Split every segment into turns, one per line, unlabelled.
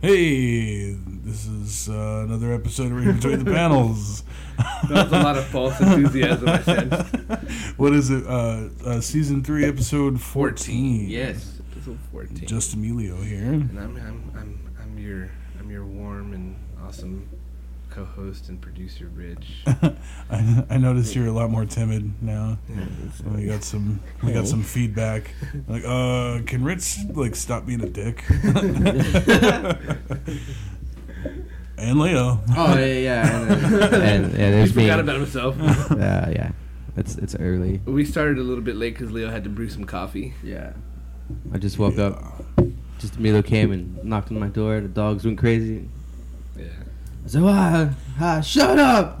Hey, this is uh, another episode of Reading Between the Panels.
That was a lot of false enthusiasm, I sensed.
What is it? Uh, uh, season 3, episode 14.
Yes, episode 14.
Just Emilio here.
and I'm, I'm, I'm, I'm your I'm your warm and awesome co-host and producer, Rich.
I, I noticed you're a lot more timid now. We got some we got
Oh.
some feedback. Like, uh, can Rich like stop being a dick? and Leo.
oh yeah, yeah.
And- and
he
there's
forgot
me.
about himself.
Uh, yeah, it's it's early.
we started a little bit late because Leo had to brew some coffee.
Yeah, I just woke up. Just Emilio came and knocked on my door. The dogs went crazy.
Yeah.
So ah, ah shut up!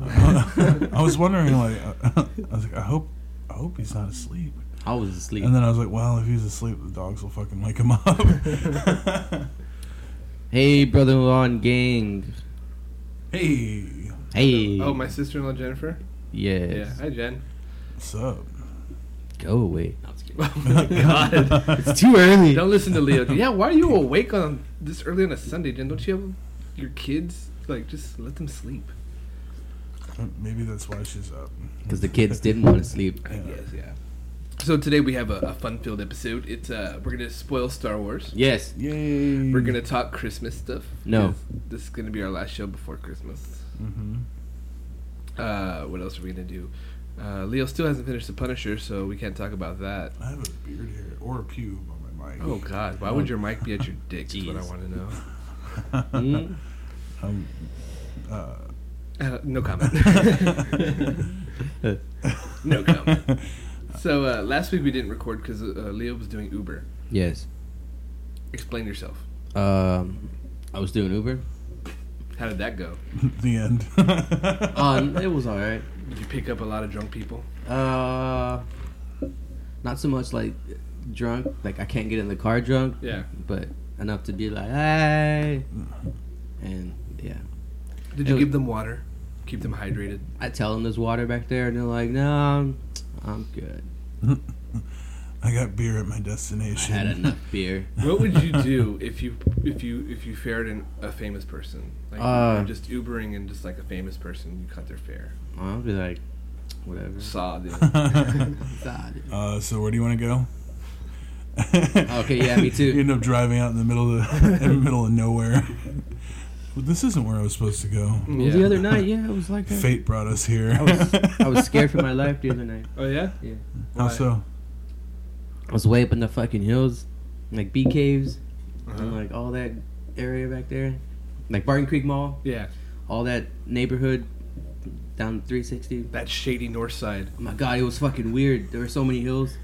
I was wondering, like, uh, I was like, I hope, I hope he's not asleep.
I was asleep.
And then I was like, well, if he's asleep, the dogs will fucking wake him up.
Hey, brother-in-law and gang.
hey,
Hey.
Oh, my sister-in-law Jennifer. Yeah.
Yes.
Hi, Jen.
what's up?
Go away.
No, I'm just kidding. Oh my God.
It's too early.
Don't listen to Leo. Yeah, why are you awake on this early on a Sunday, Jen? Don't you have your kids? Like, just let them sleep.
Maybe that's why she's up.
Because the kids didn't want to sleep.
I guess, yeah. So today we have a, a fun-filled episode. It's uh, we're gonna spoil Star Wars.
Yes.
Yay.
We're gonna talk Christmas stuff.
No.
'cause this is gonna be our last show before Christmas.
Mm-hmm.
Uh, what else are we gonna do? Uh, Leo still hasn't finished The Punisher, so we can't talk about that.
I have a beard here or a pube on my mic.
Oh God, why would your mic be at your dick? Is what I
Jeez.
want to know.
Mm.
Um, uh,
Uh, no comment. no comment. So uh, last week we didn't record because uh, Leo was doing Uber.
yes.
Explain yourself.
Um, I was doing Uber.
How did that go?
the end.
Um, it was all right.
Did you pick up a lot of drunk people?
Uh, not so much like drunk. Like I can't get in the car drunk.
Yeah.
But enough to be like, hey. And yeah,
Did
It
you
was-
give them water? Keep them hydrated.
I tell them there's water back there, and they're like, no, I'm, I'm good.
I got beer at my
I
destination.
had enough beer.
What would you do if you if you if you fared an, a famous person? Like
Uh. Mm-hmm.
you're just Ubering and just like a famous person, you cut their fare.
I'll be like, whatever.
Saw the
God.
Uh, so where do you want to go?
Okay, yeah, me too.
you end up driving out in the middle of the, in the middle of nowhere. Well, this isn't where I was supposed to go.
Well, The other night, yeah, it was like that.
Fate brought us here.
I was, I was scared for my life the other night.
Oh yeah.
Yeah.
How so?
I was way up in the fucking hills, like bee caves, and
Uh-huh.
like all that area back there, like Barton Creek Mall,
Yeah.
all that neighborhood down 360.
That shady north side.
Oh my god, it was fucking weird. There were so many hills.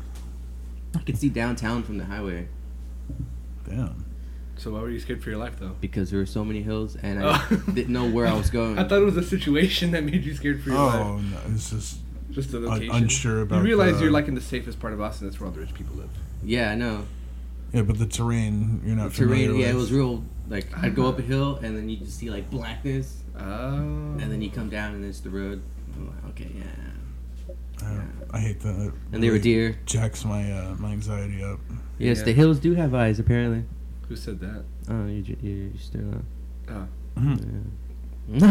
I could see downtown from the highway
Damn.
So why were you scared for your life though?
because there were so many hills, and I
Oh.
didn't know where I was going.
I thought it was a situation that made you scared for your life.
Oh, no, it's just
Just the
un-
location.
unsure about.
you realize
the-
you're like in the safest part of Austin. That's where all the rich people live.
yeah, I know.
yeah, but the terrain you're not familiar
Terrain.
with.
Yeah, it was real. Like I'd go up a
Uh-huh.
hill, and then you just see like blackness,
Oh.
and then you come down, and it's the road. I'm like, okay, yeah.
I, I hate that. It
And they were
really
deer.
Jacks my uh, my anxiety up.
Yes,
Yeah.
the hills do have eyes, apparently.
Who said that?
Oh, you ju- you you still on.
Oh. Emilio,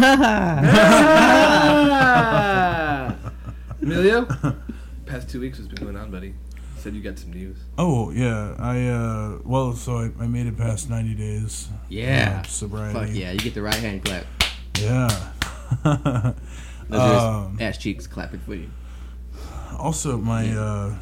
past two weeks, what's been going on, buddy? You said you got some news.
Oh yeah, I uh well so I, I made it past 90 days.
Yeah.
of sobriety.
Fuck yeah, you get the right hand clap.
Yeah.
Those are
Um,
his ass cheeks clapping for you.
Also, my uh,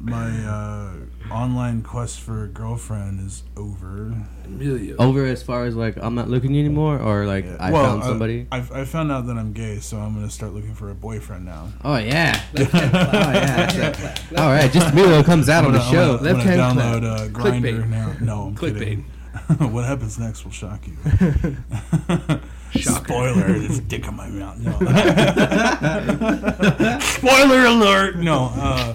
my uh, online quest for a girlfriend is over.
Emilio.
Over as far as like I'm not looking anymore, or like I
Well, uh,
found somebody.
I, I've- I found out that I'm gay, so I'm gonna start looking for a boyfriend now.
oh yeah. oh yeah.
Clap,
that's
clap,
it.
clap.
All right, just Milo comes out on the
I'm gonna,
show.
I'm gonna
Left-hand
download
clap.
uh, Grinder
Clickbait.
now. No, I'm kidding. what happens next will shock you.
Shocker.
Spoiler: There's a dick on my mouth. No. Spoiler alert. No. Uh,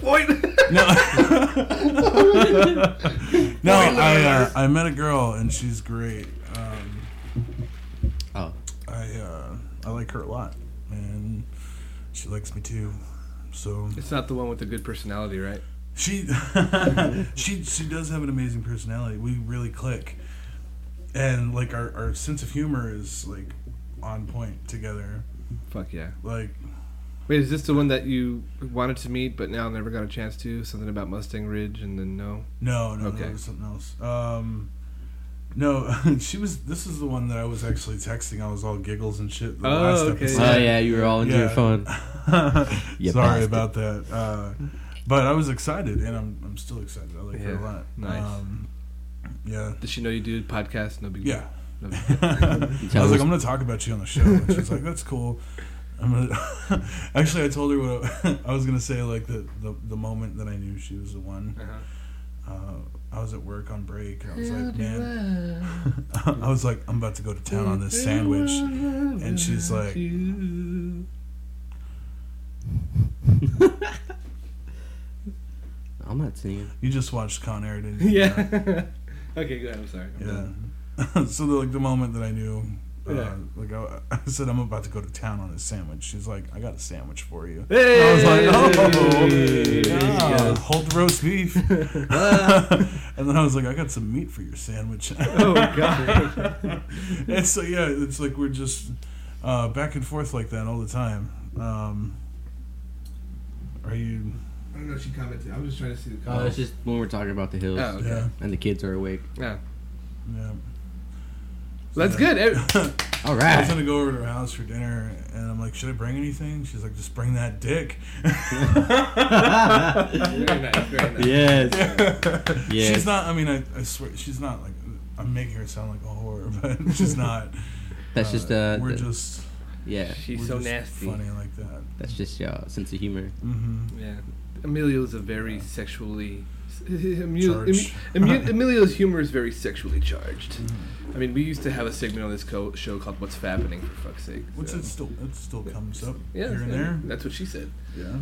No. no, I uh, I met a girl and she's great. Um,
Oh,
I uh, I like her a lot, and she likes me too. So
It's not the one with the good personality, right?
she she she does have an amazing personality. We really click. and like our, our sense of humor is like on point together.
Fuck yeah.
Like
Wait, is this the one that you wanted to meet but now never got a chance to? Something about Mustang Ridge and then no?
no, no,
Okay.
no, it was something else. Um, no, she was. This is the one that I was actually texting. I was all giggles and shit. The
Oh,
last
okay.
episode.
Oh yeah, you were all into your
Yeah.
phone.
Oh,
You
Sorry
bastard.
about that. Uh, but I was excited, and I'm, I'm still excited. I like her
Yeah,
a lot.
nice.
Um, yeah.
Does she know you do podcasts? No big deal.
Yeah.
No big deal. Uh-huh.
I was like, I'm going to talk about you on the show. And she's like, that's cool. I'm gonna Actually, I told her what I, I was going to say, like, the, the, the moment that I knew she was the one.
Uh-huh.
Uh, I was at work on break, and I was like, man. I was like, I'm about to go to town on this sandwich. And she's like-
You.
I'm not singing.
You just watched Con Air, didn't you?
Yeah. okay, go ahead. I'm sorry. I'm
Yeah.
done.
so the, like the moment that I knew, uh,
Yeah.
like I, I said, I'm about to go to town on a sandwich. She's like, I got a sandwich for you.
Hey!
I was like, oh,
Hey!
yeah,
Yes.
hold the roast beef. and then I was like, I got some meat for your sandwich.
Oh, God.
and so yeah, it's like we're just uh, back and forth like that all the time. Um, are you?
I don't know if she commented. I was just trying to see the
Oh, it's just when we're talking about the hills
Oh, okay.
Yeah,
and the kids are awake.
Yeah.
yeah.
That's good. Ev-
All
I was
right.
gonna go over to her house for dinner, and I'm like, "Should I bring anything?" She's like, "Just bring that dick."
Very nice. Very nice.
yes.
She's not. I mean, I, I swear, she's not like. I'm making her sound like a whore, but she's not.
That's
Uh,
just uh.
We're
the-
just.
yeah.
She's
we're
so
just
nasty.
Funny like that.
That's just your sense of humor.
Mm-hmm.
Yeah, Emilio's a very sexually. Emil,
Charged.
Emil, Emilio's humor is very sexually charged.
Mm-hmm.
I mean, we used to have a segment on this co- show called "What's Fappening," for fuck's sake.
Which
so-
it still it still comes up
yeah,
here and there.
That's what she said.
Yeah.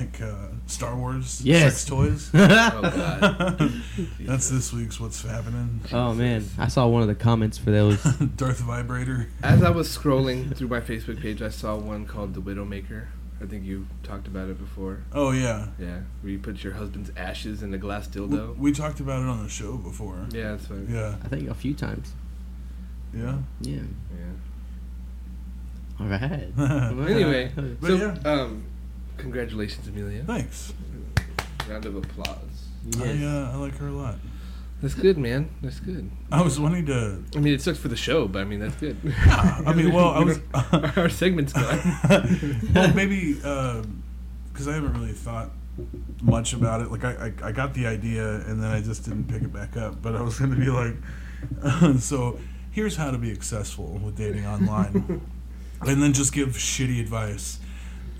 Like uh, Star Wars
Yes.
sex toys.
Oh God.
That's this week's what's happening.
oh man, I saw one of the comments for those.
Darth Vibrator.
As I was scrolling through my Facebook page, I saw one called "The Widowmaker." I think you talked about it before.
Oh yeah.
Yeah, where you put your husband's ashes in a glass
We,
dildo.
we talked about it on the show before.
Yeah, that's what. Yeah.
Yeah.
I think a few times.
Yeah.
Yeah. All right.
Anyway,
But
so
yeah.
um, congratulations, Amelia.
Thanks.
Round of applause.
I,
Yes.
uh, I like her a lot.
That's good, man. That's good.
I was wanting to.
I mean, it sucks for the show, but I mean, that's good.
I mean, well, I was.
Our segment's gone.
well, maybe because I haven't really thought much about it. Like I, I, I got the idea and then I just didn't pick it back up. But I was going to be like, so here's how to be successful with dating online, and then just give shitty advice.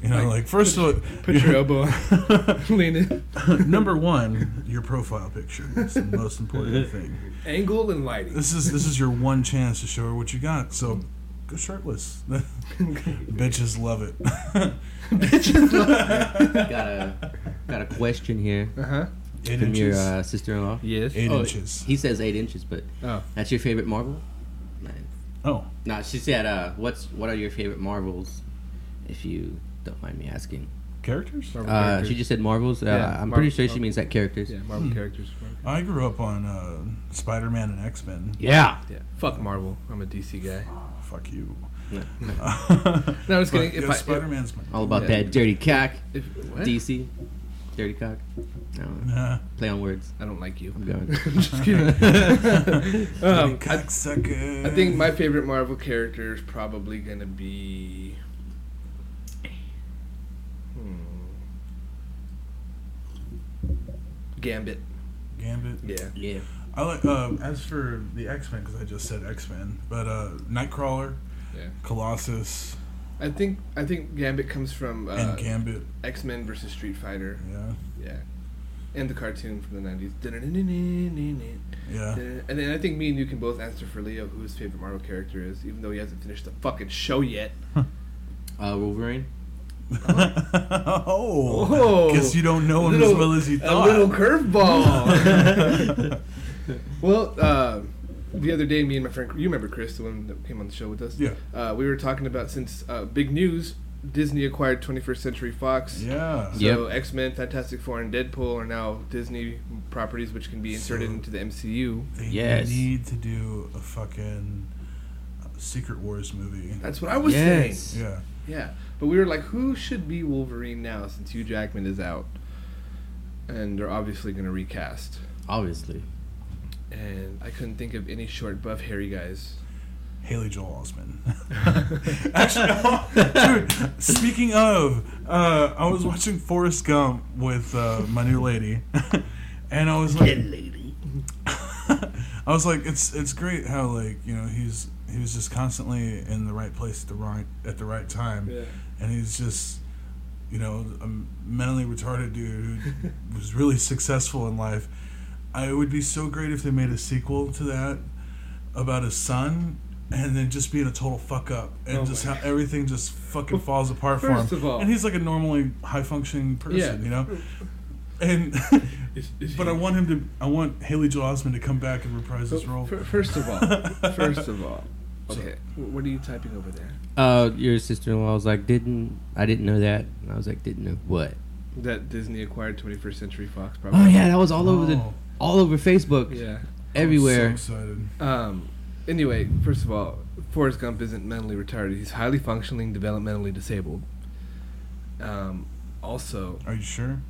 You know,
Like,
like, first of all,
Put your elbow on. Lean in.
number one, your profile picture is the most important thing.
Angle and lighting.
This is this is your one chance to show her what you got. So go shirtless.
Uh-huh.
Bitches love it.
got a got a question here
Uh huh.
Eight
from your
inches.
uh, sister-in-law.
Yes.
Eight
Oh,
inches.
He says eight inches, but
Oh.
that's your favorite Marvel. Nine.
Oh,
No, she said, uh, "What's what are your favorite Marvels?" If you don't mind me asking,
characters.
Marvel
uh,
characters.
she just said Marvels. Uh,
Yeah,
I'm
Marvel-
pretty sure she
Marvel.
means that characters.
yeah, Marvel
Hmm.
characters. Marvel.
I grew up on uh, Spider Man and X Men.
Yeah.
Yeah. Fuck Marvel. I'm a DC guy.
Fuck you.
No, I was kidding.
But,
If
yeah,
I,
Spider Man's my.
All about
Yeah.
that dirty cock.
If, if, what?
DC, dirty cock. I don't know.
Nah.
Play on words.
I don't like you.
I'm going.
just kidding. um, I,
Cocksucker.
I think my favorite Marvel character is probably gonna be. Hmm, Gambit.
Gambit.
Yeah.
yeah.
I like. Uh, as for the X Men, because I just said X Men, but uh, Nightcrawler,
Yeah.
Colossus,
I think I think Gambit comes from uh,
and Gambit.
X Men versus Street Fighter.
Yeah.
Yeah. And the cartoon from the nineties. And
Yeah.
then I think me and you can both answer for Leo who his favorite Marvel character is, even though he hasn't finished the fucking show yet.
Uh, Wolverine.
oh.
Oh.
Guess you don't know him as well as you
a
thought.
little curveball. well, uh, the other day, me and my friend, you remember Chris, the one that came on the show with us?
Yeah.
Uh, we were talking about since uh, big news, Disney acquired 21st Century Fox.
yeah.
So X Men, Fantastic Four, and Deadpool are now Disney properties, which can be inserted
So-
into the MCU.
They
Yes.
need to do a fucking Secret Wars movie.
That's what I was
Yes.
saying.
Yeah.
Yeah, but we were like, who should be Wolverine now since Hugh Jackman is out, and they're obviously gonna recast.
Obviously.
And I couldn't think of any short, buff, hairy guys.
Haley Joel Osment. Actually, oh, dude. Speaking of, uh, I was watching Forrest Gump with uh, my new lady, and I was like,
lady.
I was like, it's it's great how like you know he's he was just constantly in the right place at the right at the right time,
Yeah.
and he's just you know a mentally retarded dude who was really successful in life. I it would be so great if they made a sequel to that about his son. And then just being a total fuck up, and
Oh
just
my
how everything just fucking falls apart for him.
First of all-
and he's like a normally high functioning person,
Yeah.
you know. And but I want him to. I want Haley Joel Osment to come back and reprise his role.
Oh, First of all, first of all, okay. wh- What are you typing over there?
Uh, your sister-in-law was like, didn't I didn't know that? And I was like, didn't know what?
That Disney acquired 21st Century Fox, probably.
Oh yeah, that was all over the,
Oh.
all over Facebook,
Yeah.
everywhere.
I'm so excited.
Um. Anyway, first of all, Forrest Gump isn't mentally retarded. He's highly functioning, developmentally disabled. Um. Also,
Are you sure?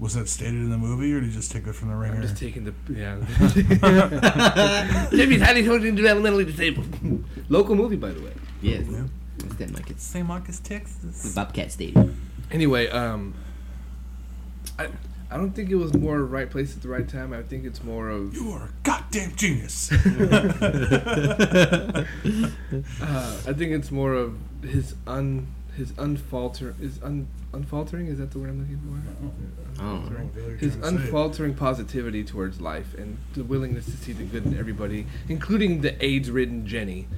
Was that stated in the movie, or did you just take that from the ringer?
I'm just taking the yeah. Jimmy's highly functioning, developmentally disabled. Local movie, by the way.
Yes.
Yeah.
It's that like it's
St. Marcus, Texas.
Bobcat Stadium.
Anyway, um, I I don't think it was more right place at the right time. I think it's more of
You are a goddamn genius.
uh, I think it's more of his un his unfalter is un unfaltering is that the word I'm looking for?
I don't know.
Unfaltering. His unfaltering positivity towards life and the willingness to see the good in everybody, including the AIDS-ridden Jenny.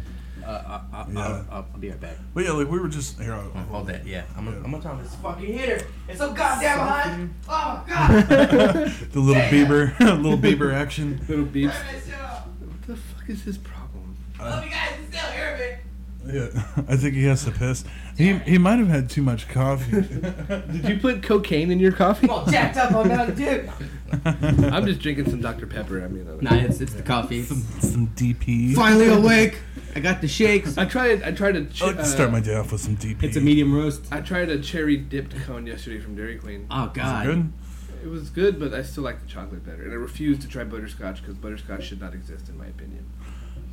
Uh, I, I,
Yeah.
I'll, I'll, be right back.
But yeah, like we were just here. I'll,
All that, yeah. I'm gonna,
Yeah.
I'm gonna tell him it's fucking here. It's so goddamn hot. Oh
the little Bieber, little Bieber action.
Little beeps.
god.
What the fuck is his problem?
Love you guys. It's still here,
Yeah, I think he has to piss. He he might have had too much coffee.
Did you put cocaine in your coffee?
all jacked up on Mountain Dew.
I'm just drinking some Dr. Pepper. I mean, I don't
Nah, it's, it's the coffee.
some DP.
Finally awake. I got the shakes.
I tried. I tried a. Ch- uh,
I like to start my day off with some DP.
It's a medium roast.
I tried a cherry dipped cone yesterday from Dairy Queen.
Oh
Is it
god.
good?
It was good, but I still like the chocolate better. And I refuse to try butterscotch because butterscotch should not exist, in my opinion.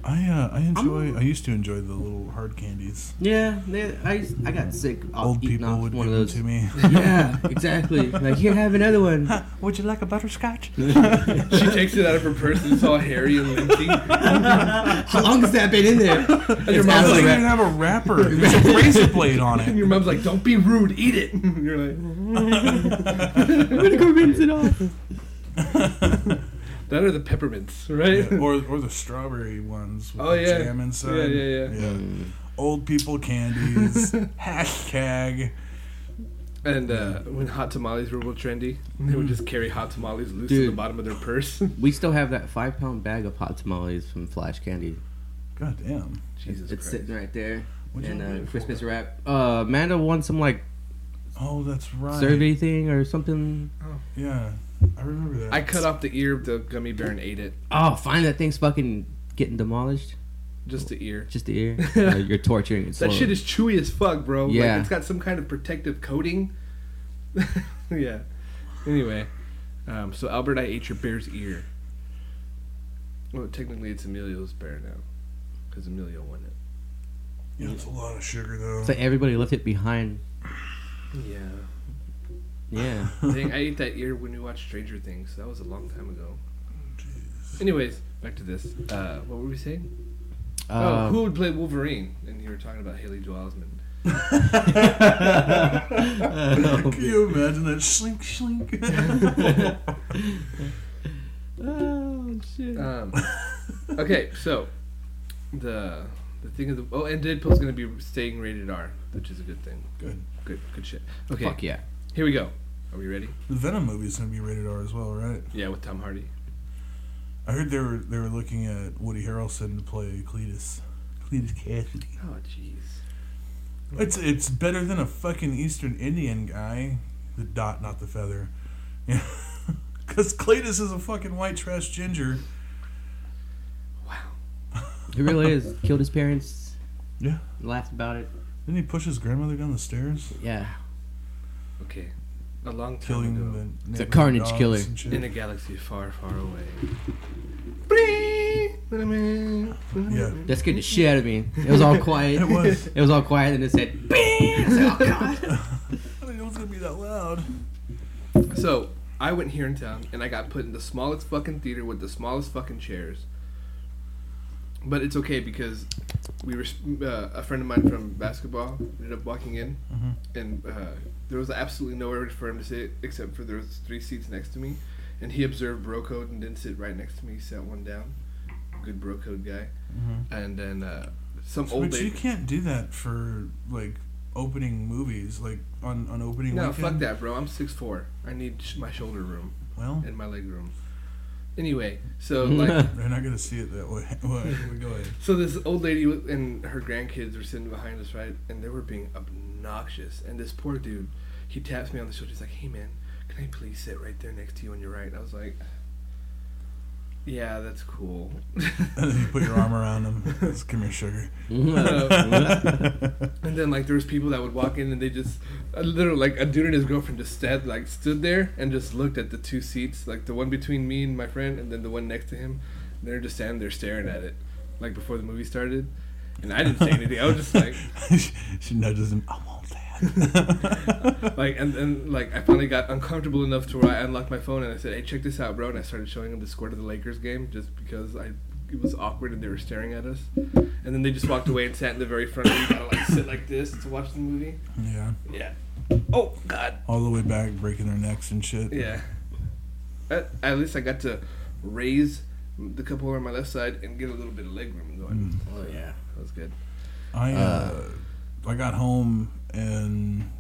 I uh, I enjoy. I used to enjoy the little hard candies.
Yeah, they, I, used- I got sick. Off
Old
eating
people
off
would
one
give
of
them
those.
to me.
yeah, exactly. Like here, have another one.
Would you like a butterscotch?
She takes it out of her purse and it's all hairy and empty.
How long has that been in there?
your
It's
mom
out of
doesn't
the
even
wrap.
have a wrapper. There's a razor blade on
And
it.
your mom's like, "Don't be rude, eat it." And you're like,
I'm gonna go rinse it off.
"That are the peppermints, right?"
or or the strawberry ones with
Oh,
the
yeah.
jam inside.
Yeah, yeah, yeah.
Old people candies. Hashtag.
And uh, when hot tamales were real trendy, they would just carry hot tamales loose in the
Dude.
bottom of their purse.
We still have that five pound bag of hot tamales from Flash Candy.
God damn.
Jesus
it's
Christ.
sitting right there.
What'd you
and
get it
uh,
for?
Christmas wrap. Uh, Amanda won some like
Oh, that's right.
survey thing or something.
Yeah, I remember that.
I cut off the ear of the gummy bear and ate it.
Oh, fine. That thing's fucking getting demolished.
Just the ear.
Just the ear. Uh, you're torturing it.
That
slowly.
shit is chewy as fuck, bro.
Yeah.
Like, it's got some kind of protective coating. yeah. Anyway, um, so Albert, I ate your bear's ear. Well, technically, it's Emilio's bear now, because Emilio won it.
Yeah, it's a lot of sugar though.
It's like everybody left it behind.
Yeah.
Yeah.
Dang, I ate that ear when we watched Stranger Things. That was a long time ago. Anyways, back to this. Uh, what were we saying? oh,
Uh,
who would play Wolverine? And you were talking about Haley Joel Osment.
Can you imagine that slink slink?
oh shit.
Um, okay, so the the thing of the oh, and Deadpool's gonna be staying rated R, which is a good thing.
Good.
Good, good shit. Okay,
Fuck yeah.
here we go. Are we ready?
The Venom movie is gonna be rated R as well, right?
Yeah, with Tom Hardy.
I heard they were they were looking at Woody Harrelson to play Cletus. Cletus Cassidy.
Oh jeez.
It's it's better than a fucking Eastern Indian guy. The dot, not the feather. Because Cletus is a fucking white trash ginger.
Wow.
He really is. Killed his parents.
Yeah.
Laughed about it.
Didn't he push his grandmother down the stairs?
Yeah.
Okay. A long time
Killing
ago.
the
It's a
neighborhood
carnage
dogs
killer.
and shit.
In a galaxy far, far away.
Yeah.
That scared the shit out of me. It was all quiet.
It was.
It was all quiet, and it said, "Bing." I said, "Oh, God."
I didn't know it was gonna be that loud.
So I went here in town and I got put in the smallest fucking theater with the smallest fucking chairs. But it's okay because we were uh, a friend of mine from basketball ended up walking in,
Mm-hmm.
and uh, there was absolutely nowhere for him to sit except for there was three seats next to me, and he observed bro code and didn't sit right next to me. He sat one down, good bro code guy,
Mm-hmm.
and then uh, some old
But you
lady.
can't do that for like opening movies, like on on opening.
No,
weekend.
fuck that, bro. I'm six four. I need sh- my shoulder room
Well,
and my leg room. Anyway, so like
they're not gonna see it that way. Well, we go ahead.
So this old lady w- and her grandkids were sitting behind us, right? And they were being obnoxious. And this poor dude, he taps me on the shoulder. He's like, "Hey, man, can I please sit right there next to you on your right?" And I was like, "Yeah, that's cool."
And then you put your arm around them. It's, Come here, sugar.
and then like there was people that would walk in and they just a little like a dude and his girlfriend just stood like stood there and just looked at the two seats, like the one between me and my friend, and then the one next to him. They're just standing there staring at it, like before the movie started. And I didn't say anything. I was just like.
she nudges him. I want that.
like and then like I finally got uncomfortable enough to where I unlocked my phone and I said, "Hey, check this out, bro!" And I started showing them the score to the Lakers game just because I it was awkward and they were staring at us. And then they just walked away and sat in the very front. And you gotta like sit like this to watch the movie.
yeah,
Yeah. Oh God.
all the way back, breaking their necks and shit.
Yeah. At, at least I got to raise the couple over on my left side and get a little bit of leg room going. Oh yeah, that was good.
I uh, I got home and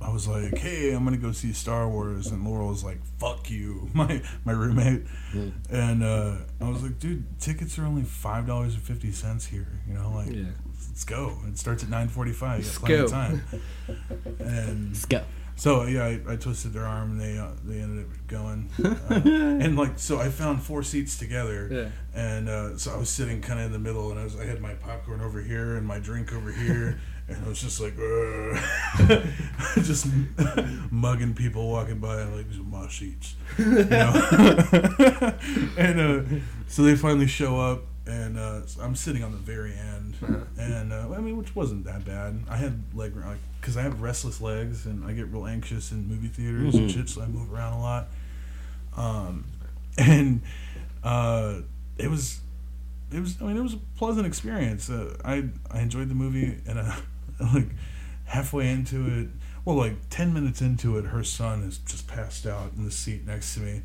I was like, "Hey, I'm gonna go see Star Wars," and Laurel was like, "Fuck you, my my roommate,"
Hmm.
and uh, I was like, "Dude, tickets are only five dollars and fifty cents here. You know, like,
Yeah.
let's go. It starts at nine forty-five.
Let's
You got plenty of
go.
time." and
Let's go.
so yeah, I, I twisted their arm and they uh, they ended up going, uh, and like so I found four seats together,
Yeah.
and uh, so I was sitting kind of in the middle, and I was I had my popcorn over here and my drink over here, and I was just like, "Ugh." just mugging people walking by, like these are my seats, you know? and uh, so they finally show up. And uh, so I'm sitting on the very end, and uh, I mean, which wasn't that bad. I had leg, like, because I have restless legs, and I get real anxious in movie theaters and shit, so I move around a lot. Um, and uh, it was, it was. I mean, it was a pleasant experience. Uh, I I enjoyed the movie, and uh, like halfway into it, well, like ten minutes into it, her son is just passed out in the seat next to me.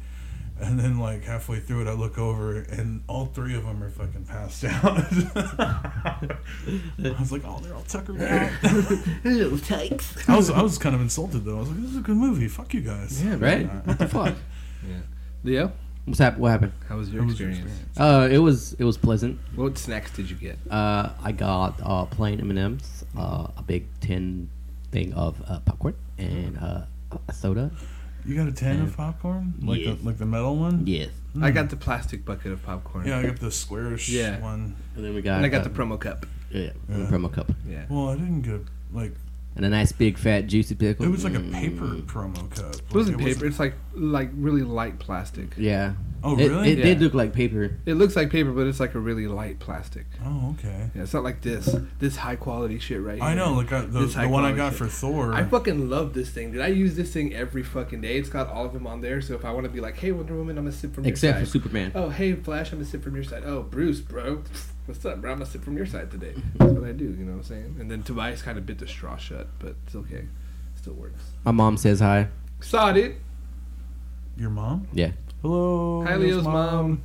And then, like halfway through it, I look over and all three of them are fucking passed out. I was like, "Oh, they're all tuckered out."
Little tykes.
I was, I was kind of insulted though. I was like, "This is a good movie. Fuck you guys."
Yeah,
Right?
Uh,
What the fuck?
Yeah. Leo,
What's hap- What happened?
how was your,
That was your
experience?
experience.
Uh, it was it was pleasant.
What snacks did you get?
Uh, I got uh, plain M and M's, uh, a big tin thing of uh, popcorn, and uh, a soda.
You got a tin of popcorn, like
Yes.
the like the metal one. Hmm.
Yes.
I got the plastic bucket of popcorn.
Yeah, I got the squarish
Yeah.
one.
And then we got.
And I got
uh,
the promo cup.
yeah,
Yeah.
the promo cup
Yeah.
Well, I didn't get like
and a nice big fat juicy pickle.
it was like a
Mm.
paper promo cup. Like,
It wasn't paper. It's like like really light plastic.
Yeah.
Oh,
It-
really?
It, did
Yeah.
look like paper.
It looks like paper, but it's like a really light plastic.
Oh, okay.
Yeah, it's not like this. This high quality shit right here.
I know, like I, the,
This
the one I
high-quality
got
shit.
for Thor.
I fucking love this thing. Did I use this thing every fucking day? It's got all of them on there. So if I want to be like, hey Wonder Woman, I'm gonna sit from
Except
your
for
side.
Superman.
oh hey Flash, I'm gonna sit from your side. Oh Bruce, bro, what's up, bro? I'm gonna sit from your side today. That's what I do. You know what I'm saying? And then Tobias kind of bit the straw shut, but it's okay. Still works.
My mom says hi.
Saw it.
Your mom?
Yeah.
Hello.
Hi
Leo's
Leo's mom.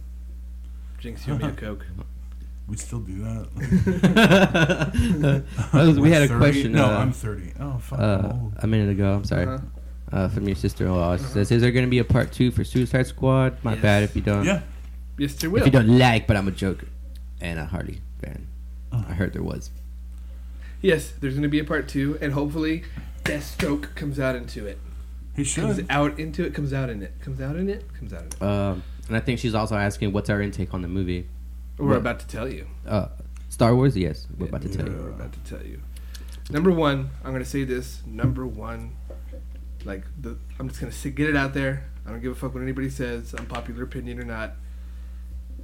Jinx, you owe me a coke.
We still do that.
That was- we
We're
had a
30?
question.
No,
uh,
I'm 30. Oh, fuck.
uh,
I'm old.
a minute ago. I'm sorry.
Uh-huh.
Uh, from your sister-in-law, she says, "Is there going to be a part two for Suicide Squad?" My
Yes.
bad if you don't.
Yeah.
Yes, there
If
will.
you don't like, but I'm a Joker and a Harley fan.
Uh-huh.
I heard there was.
Yes, there's going to be a part two, and hopefully, Deathstroke comes out into it.
He
Comes
should.
out into it. Comes out in it. Comes out in it. Comes out in it.
Um, and I think she's also asking, "What's our intake on the movie?"
We're
What?
about to tell you.
Uh, Star Wars, yes, we're about to tell
Yeah,
you.
We're about to tell you. Number one, I'm gonna say this. Number one, like the, I'm just gonna say, get it out there. I don't give a fuck what anybody says, unpopular opinion or not.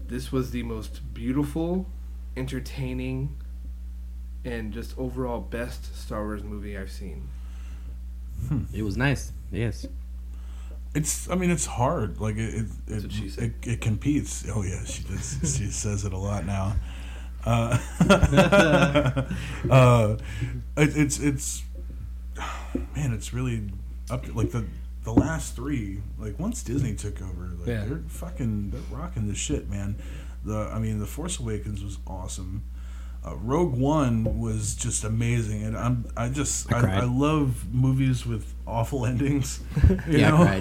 This was the most beautiful, entertaining, and just overall best Star Wars movie I've seen.
It was nice. Yes.
It's. I mean, it's hard. Like it. It.
That's what she
It, it,
said.
it competes. Oh yeah, she does. she says it a lot now. Uh, uh, it, it's. It's. Man, it's really up. To, like the the last three. Like once Disney took over, like
Yeah.
they're fucking they're rocking this shit, man. The I mean, the Force Awakens was awesome. Uh, Rogue One was just amazing, and I'm I just
I
I, I,
cried.
love movies with awful endings. you
Yeah, I
know?
I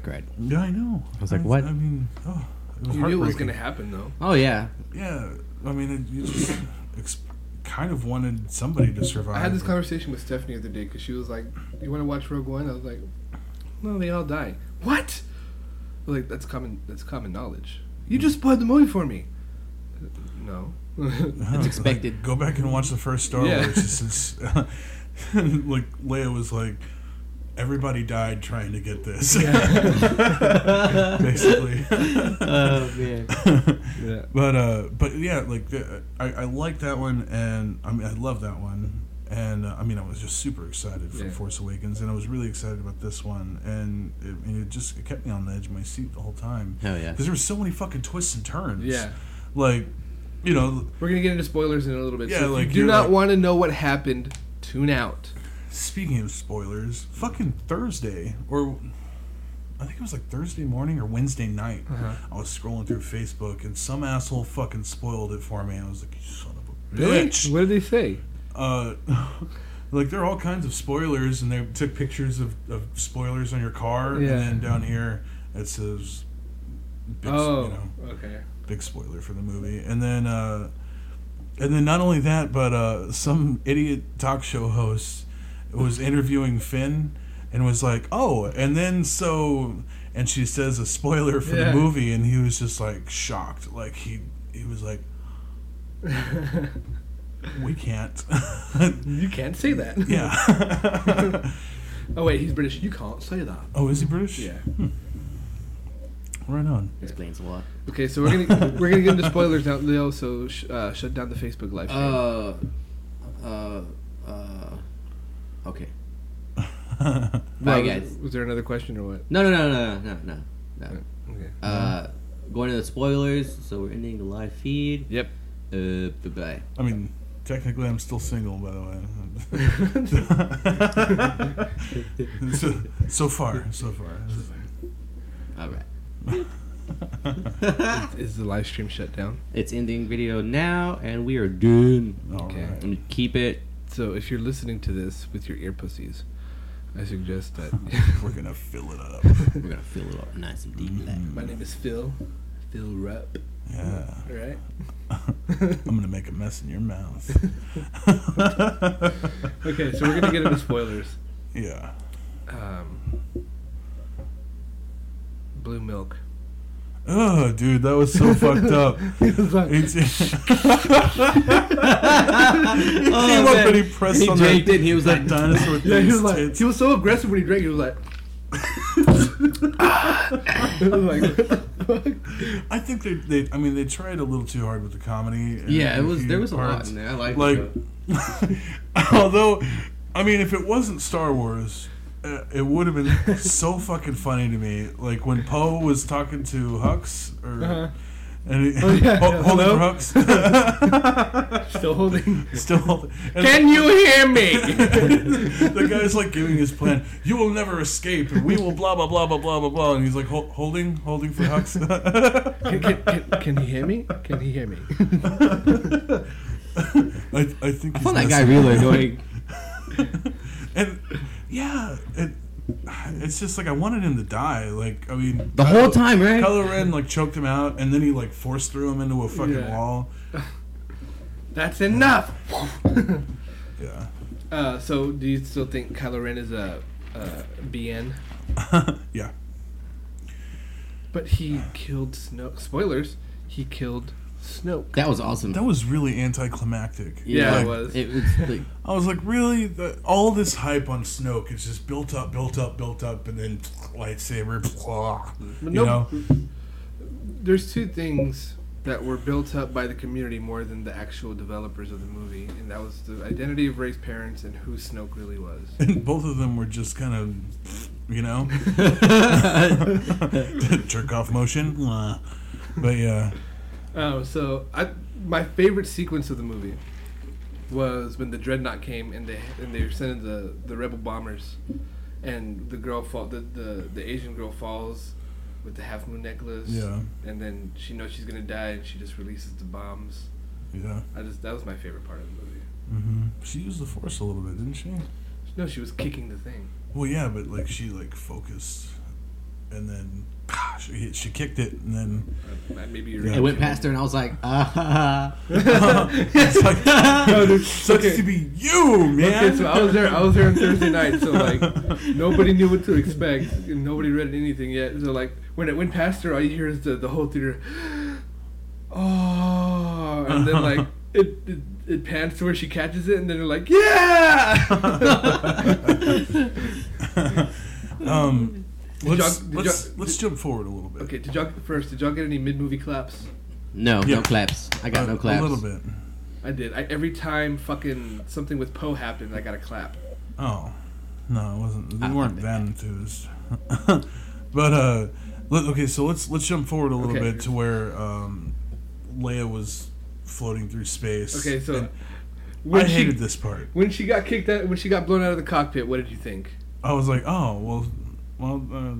cried.
Yeah, I know. I
was like, what?
I mean, oh, it was
You knew it was
heartbreaking.
gonna happen though.
Oh yeah.
Yeah, I mean, it, you just ex- kind of wanted somebody to survive.
I had this
but-
conversation with Stephanie the other day because she was like, "You want to watch Rogue One?" I was like, "No, they all die." What? Like that's common. That's common knowledge. You just spoiled the movie for me. Uh, No.
Huh,
It's expected.
like, go back and watch the first Star
Yeah.
Wars. Since, like Leia was like, everybody died trying to get this. Basically.
Oh man.
yeah.
But uh, but yeah, like the, I I like that one, and I mean I love that one, and uh, I mean I was just super excited for
Yeah.
Force Awakens, and I was really excited about this one, and it, I mean, it just it kept me on the edge of my seat the whole time
Hell yeah.
because there were so many fucking twists and turns.
Yeah.
like you know,
We're gonna get into spoilers in a little bit.
Yeah,
so if
like,
you do
you're
not
like-
want to know what happened, tune out.
speaking of spoilers, fucking Thursday or. I think it was like Thursday morning or Wednesday night.
Uh-huh.
I was scrolling through Facebook and some asshole fucking spoiled it for me. I was like, "You son of a bitch!"
What did they say?
uh, like there are all kinds of spoilers, and they took pictures of, of spoilers on your car,
Yeah.
and then down here it says, big, s-
oh.
you know,
okay.
big spoiler for the movie, and then uh, and then not only that, but uh, some idiot talk show host was interviewing Finn and was like, oh, and then so, and she says a spoiler for
Yeah.
the movie, and he was just like shocked, like he he was like, we can't.
you can't say that.
Yeah.
Oh wait, he's British. You can't say that.
oh, is he British?
Yeah.
Right on.
Explains a lot.
Okay, so we're gonna we're gonna get into spoilers now, Leo. So sh- uh, shut down the Facebook live stream.
Uh. Uh. Uh. Okay. Bye,
was-
guys.
Was, there another question or what?
No, no, no, no, no, no, no.
Okay.
Uh, going to the spoilers. So we're ending the live feed.
Yep.
Uh, goodbye.
I mean, technically, I'm still single, by the way. so, so far, so far.
All right.
Is the live stream shut down?
It's ending video now, and we are done.
All
Okay.
right.
And keep it.
So if you're listening to this with your ear pussies, I suggest that.
We're gonna fill it up.
We're gonna fill it up nice and deep. Like.
My name is Phil. Phil Rupp.
Yeah.
All right.
I'm gonna make a mess in your mouth.
Okay, so we're gonna get into spoilers.
yeah.
Um, blue milk.
Oh, dude, that was so fucked up. It's, he came up
Oh, man.
and he pressed
He
on that,
drank it, he was
that
like-
dinosaur
yeah, he
thing's
was like,
tits.
he was so aggressive when he drank. He was like. it was like, what the fuck?
I think they, they, I mean, they tried a little too hard with the comedy. and
Yeah, it
a
was.
few
There was a lot
parts.
in there. I liked
Like,
it.
although, I mean, if it wasn't Star Wars, uh, it would have been so fucking funny to me. Like when Poe was talking to Hux, or
Uh-huh.
and he,
Oh, yeah.
Ho- holding
Hello?
for Hux,
Still holding.
still holding. and-
Can you hear me?
the guy's like giving his plan. You will never escape, and we will blah blah blah blah blah blah blah. And he's like "Hol- holding, holding for Hux.
can, can, can, can he hear me? Can he hear me?
I, I think
I
he's
found that guy
missing-
really annoying.
and yeah, it, it's just like I wanted him to die. Like I mean,
The whole time, right?
Kylo Ren like choked him out, and then he like force threw him into a fucking
Yeah.
wall.
That's enough.
Yeah,
uh, so, do you still think Kylo Ren is a, a BN?
yeah.
But he killed Snoke. Spoilers. He killed Snoke.
That was awesome.
That was really anticlimactic.
Yeah,
Like,
it was.
It was like,
I was like, really? The, all this hype on Snoke is just built up, built up, built up, and then lightsaber. you
no-
know?
There's two things that were built up by the community more than the actual developers of the movie, and that was the identity of Ray's parents and who Snoke really was.
And both of them were just kind of, you know, jerk off motion. Uh, But yeah,
Oh, so I my favorite sequence of the movie was when the dreadnought came and they and they were sending the the rebel bombers, and the girl fall the the, the Asian girl falls with the half moon necklace.
Yeah.
And then she knows she's gonna die, and she just releases the bombs.
yeah.
I just that was my favorite part of the movie.
hmm She used the force a little bit, didn't she?
No, she was kicking the thing.
Well, yeah, but like she like focused, and then she hit, she kicked it, and then
Uh, maybe you're.
Yeah.
it went past her, and I was like, ah,
it's like
No, dude,
sucks
okay.
to be you, man.
Okay, so I was there. I was there on Thursday night, so like nobody knew what to expect, and nobody read anything yet. So like when it went past her, all you hear is the, the whole theater, oh, and then like it, it it pans to where she catches it, and then they're like, yeah.
um,
Did
let's
y'all- did
let's,
y'all-
let's jump forward a little bit.
okay, did y'all first? Did y'all get any mid movie claps?
no,
Yeah.
no claps. I got
a,
no claps.
A little bit.
I did. I, every time fucking something with Poe happened, I got a clap.
Oh, no, it wasn't. They
I- I
weren't
did
that enthused. but uh, let, okay, so let's let's jump forward a little
Okay.
bit to where um, Leia was floating through space.
Okay, so
and
when
I
she-
hated this part.
When she got kicked out, when she got blown out of the cockpit, what did you think?
I was like, oh well, well, uh,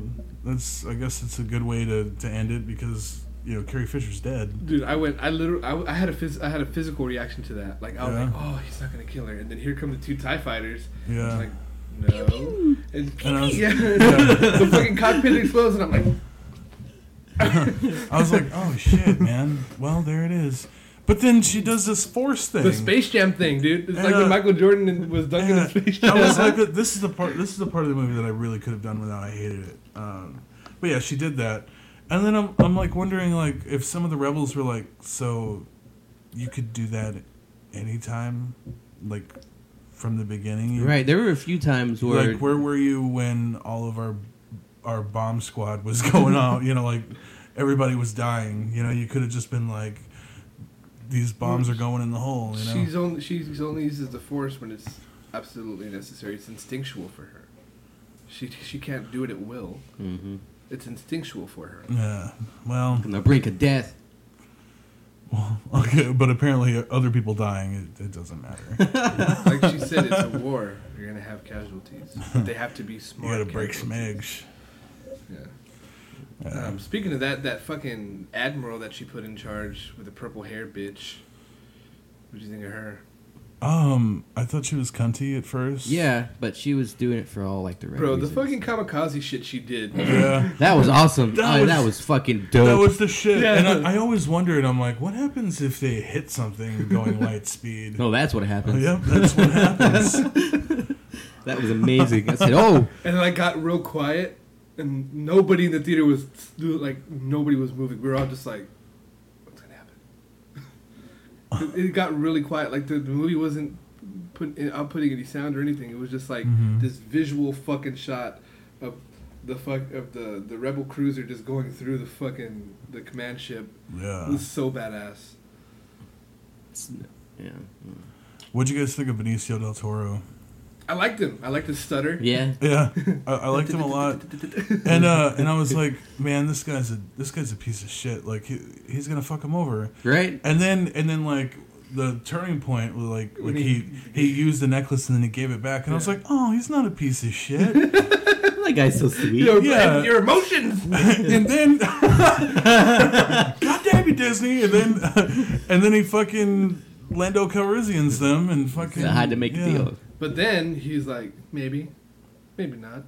that's I guess it's a good way to, to end it because you know Carrie Fisher's dead.
Dude, I went. I literally. I, I had a phys- I had a physical reaction to that. Like I was
Yeah.
like, oh, he's not gonna kill her. And then here come the two Tie fighters.
Yeah.
I'm like, no. And,
And I was-
yeah.
yeah.
the fucking cockpit explodes, and I'm like,
I was like, oh shit, man. Well, there it is. But then she does this force thing.
the Space Jam thing, dude. It's like
Yeah.
when Michael Jordan and- was dunking
Yeah.
the Space Jam.
I was like, this is the part. This is the part of the movie that I really could have done without. I hated it. Um, but yeah, she did that, and then I'm, I'm like wondering like if some of the rebels were like, so you could do that anytime, like from the beginning,
Right, there were a few times where
Like where were you when all of our our bomb squad was going out? You know, like everybody was dying. You know, you could have just been like, these bombs are going in the hole. You know,
she's only she's only uses the Force when it's absolutely necessary. It's instinctual for her. She she can't do it at will.
Mhm.
It's instinctual for her.
yeah. Well.
on the brink of death.
Well, okay, but apparently other people dying, it, it doesn't matter.
like she said, it's a war. You're gonna have casualties. But they have to be
you
smart.
gotta break some
casualties.
eggs.
Yeah. Um, speaking of that, that fucking admiral that she put in charge with the purple hair, bitch. What do you think of her?
Um, I thought she was cunty at first.
Yeah, but she was doing it for all like the right
Bro, the
reasons.
fucking kamikaze shit she did.
Yeah.
That was awesome.
That
oh,
was-
that was fucking dope.
That was the shit.
Yeah.
And I, I always wondered, I'm like, what happens if they hit something going light speed?
no, that's what happens.
Yep, that's what happens.
That was amazing. I said, "Oh,
And then I got real quiet, and nobody in the theater was like nobody was moving. We were all just like, "What's gonna happen?" it, it got really quiet. Like the, the movie wasn't put, uh, outputting any sound or anything. It was just like
Mhm.
this visual fucking shot of the fuck of the the rebel cruiser just going through the fucking the command ship. It
yeah.
was so badass.
It's- yeah,
What'd you guys think of Benicio del Toro?
I liked him. I liked his stutter.
yeah."
Yeah, I, I liked him a lot. And uh, and I was like, man, this guy's a this guy's a piece of shit. Like he, he's gonna fuck him over.
Right?
And then and then like the turning point was like like
When
he
he-
he used the necklace and then he gave it back and I was
Yeah.
like, "Oh, he's not a piece of shit."
That guy's so sweet.
Your,
Yeah.
your emotions.
and then God damn you Disney and then and then he fucking Lando Calrissian's them and fucking
I had to make
yeah.
a deal.
But then he's like, maybe, maybe not.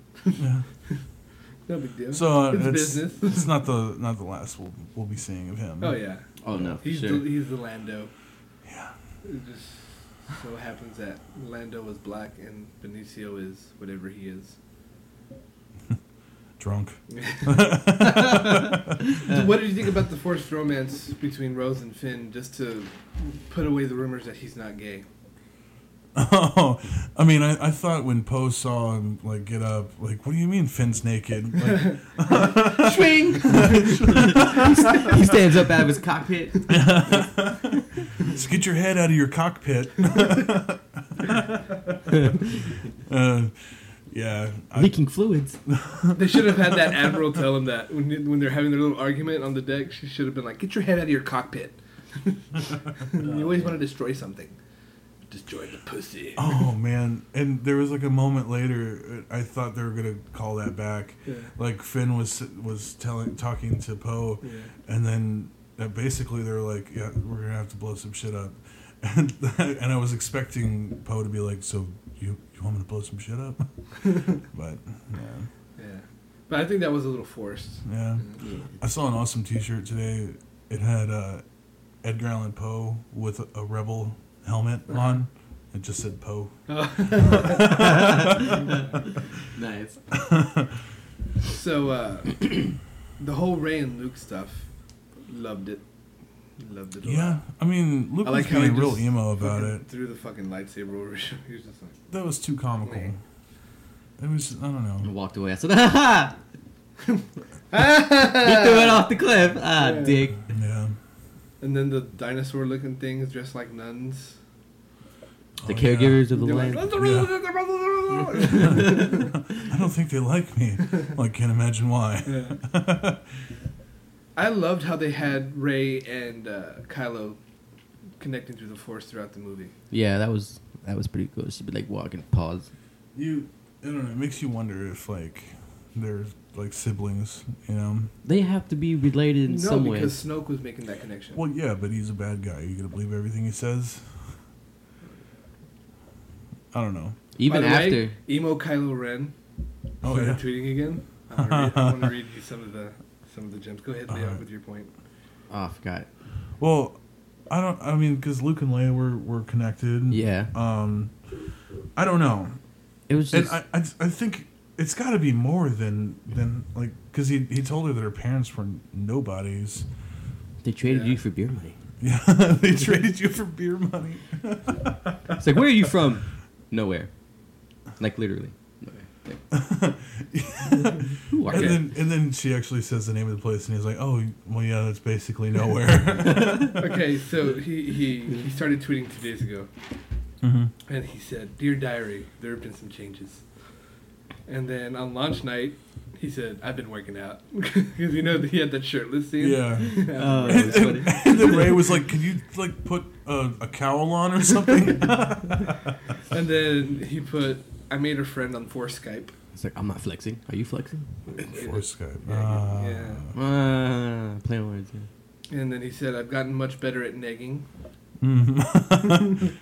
no big deal.
So uh,
it's
it's
business.
it's not the not the last we'll, we'll be seeing of him.
oh yeah,
Oh no, for
he's
sure.
the, he's the Lando.
Yeah.
It just so happens that Lando is black and Benicio is whatever he is.
drunk.
So what did you think about the forced romance between Rose and Finn just to put away the rumors that he's not gay?
Oh, I mean, I, I thought when Poe saw him like get up, like, what do you mean Finn's naked? Like,
Swing. he stands up out of his cockpit.
just get your head out of your cockpit. uh, yeah, I,
Leaking fluids.
They should have had that admiral tell him that when, when they're having their little argument on the deck. She should have been like, "Get your head out of your cockpit. you always want to destroy something. Destroy the pussy."
oh man, and there was like a moment later, uh, I thought they were gonna call that back.
Yeah.
Like Finn was was telling talking to Poe,
Yeah.
and then uh, basically they were like, yeah, we're gonna have to blow some shit up. And, and I was expecting Poe to be like, so you, you want me to blow some shit up? but yeah.
Yeah, but I think that was a little forced.
Yeah.
Yeah.
I saw an awesome T-shirt today. It had uh, Edgar Allan Poe with a, a rebel helmet
Uh-huh.
on. It just said Poe.
Nice.
So uh, the whole Ray and Luke stuff, loved it. Loved it. A
Yeah,
lot.
I mean, Luke
I
was
like how he
being real
just
emo about
fucking
it.
Threw the fucking lightsaber over. his shoulder. He was just like,
That was too comical.
Meh.
It was I don't
And
know.
walked away. I said, "Ha ha!" He threw it off the cliff. Ah,
Yeah.
dick.
Yeah.
and then the dinosaur-looking things dressed like nuns.
The
Oh,
caregivers of the
They're like,
land.
yeah.
yeah. I don't think they like me. Like, can't imagine why.
I loved how they had Ray and uh, Kylo connecting through the Force throughout the movie.
Yeah, that was that was pretty cool. She'd be like walking, pause.
You, I don't know. It makes you wonder if like they're like siblings, you know?
They have to be related in
no,
some way.
because Snoke was making that connection.
Well, yeah, but he's a bad guy. Are you gonna believe everything he says? I don't know.
Even
By the
after.
way, emo Kylo Ren
Oh,
started
yeah.
tweeting again. I want to read, I wanna read you some of the some of the gems. Go ahead, Leo,
Alright.
with your point.
oh, I forgot.
Well, I don't. I mean, because Luke and Leia were were connected.
Yeah.
Um, I don't know,
It was
and
just.
I I, I think it's got to be more than than like because he he told her that her parents were nobodies.
they traded
yeah.
you for beer money.
Yeah, they traded you for beer money.
It's like, where are you from? Nowhere. Like, literally. Nowhere. Like, who are
And
you?
then and then she actually says the name of the place, and he's like, "Oh, well, yeah, that's basically nowhere."
Okay, so he, he he started tweeting two days ago,
Mm-hmm.
Mhm.
and he said, "Dear diary, there have been some changes." And then on launch night, he said, "I've been working out because you know that he had that shirtless scene."
yeah.
Oh, it
and,
was funny.
and- and then Ray was like, "Can you like put a, a cowl on or something?"
And then he put, "I made a friend on Force Skype."
It's like, I'm not flexing. Are you flexing?
Force Skype.
Yeah,
Ah.
yeah.
Uh, playing words. Yeah.
And then he said, "I've gotten much better at negging."
Mhm.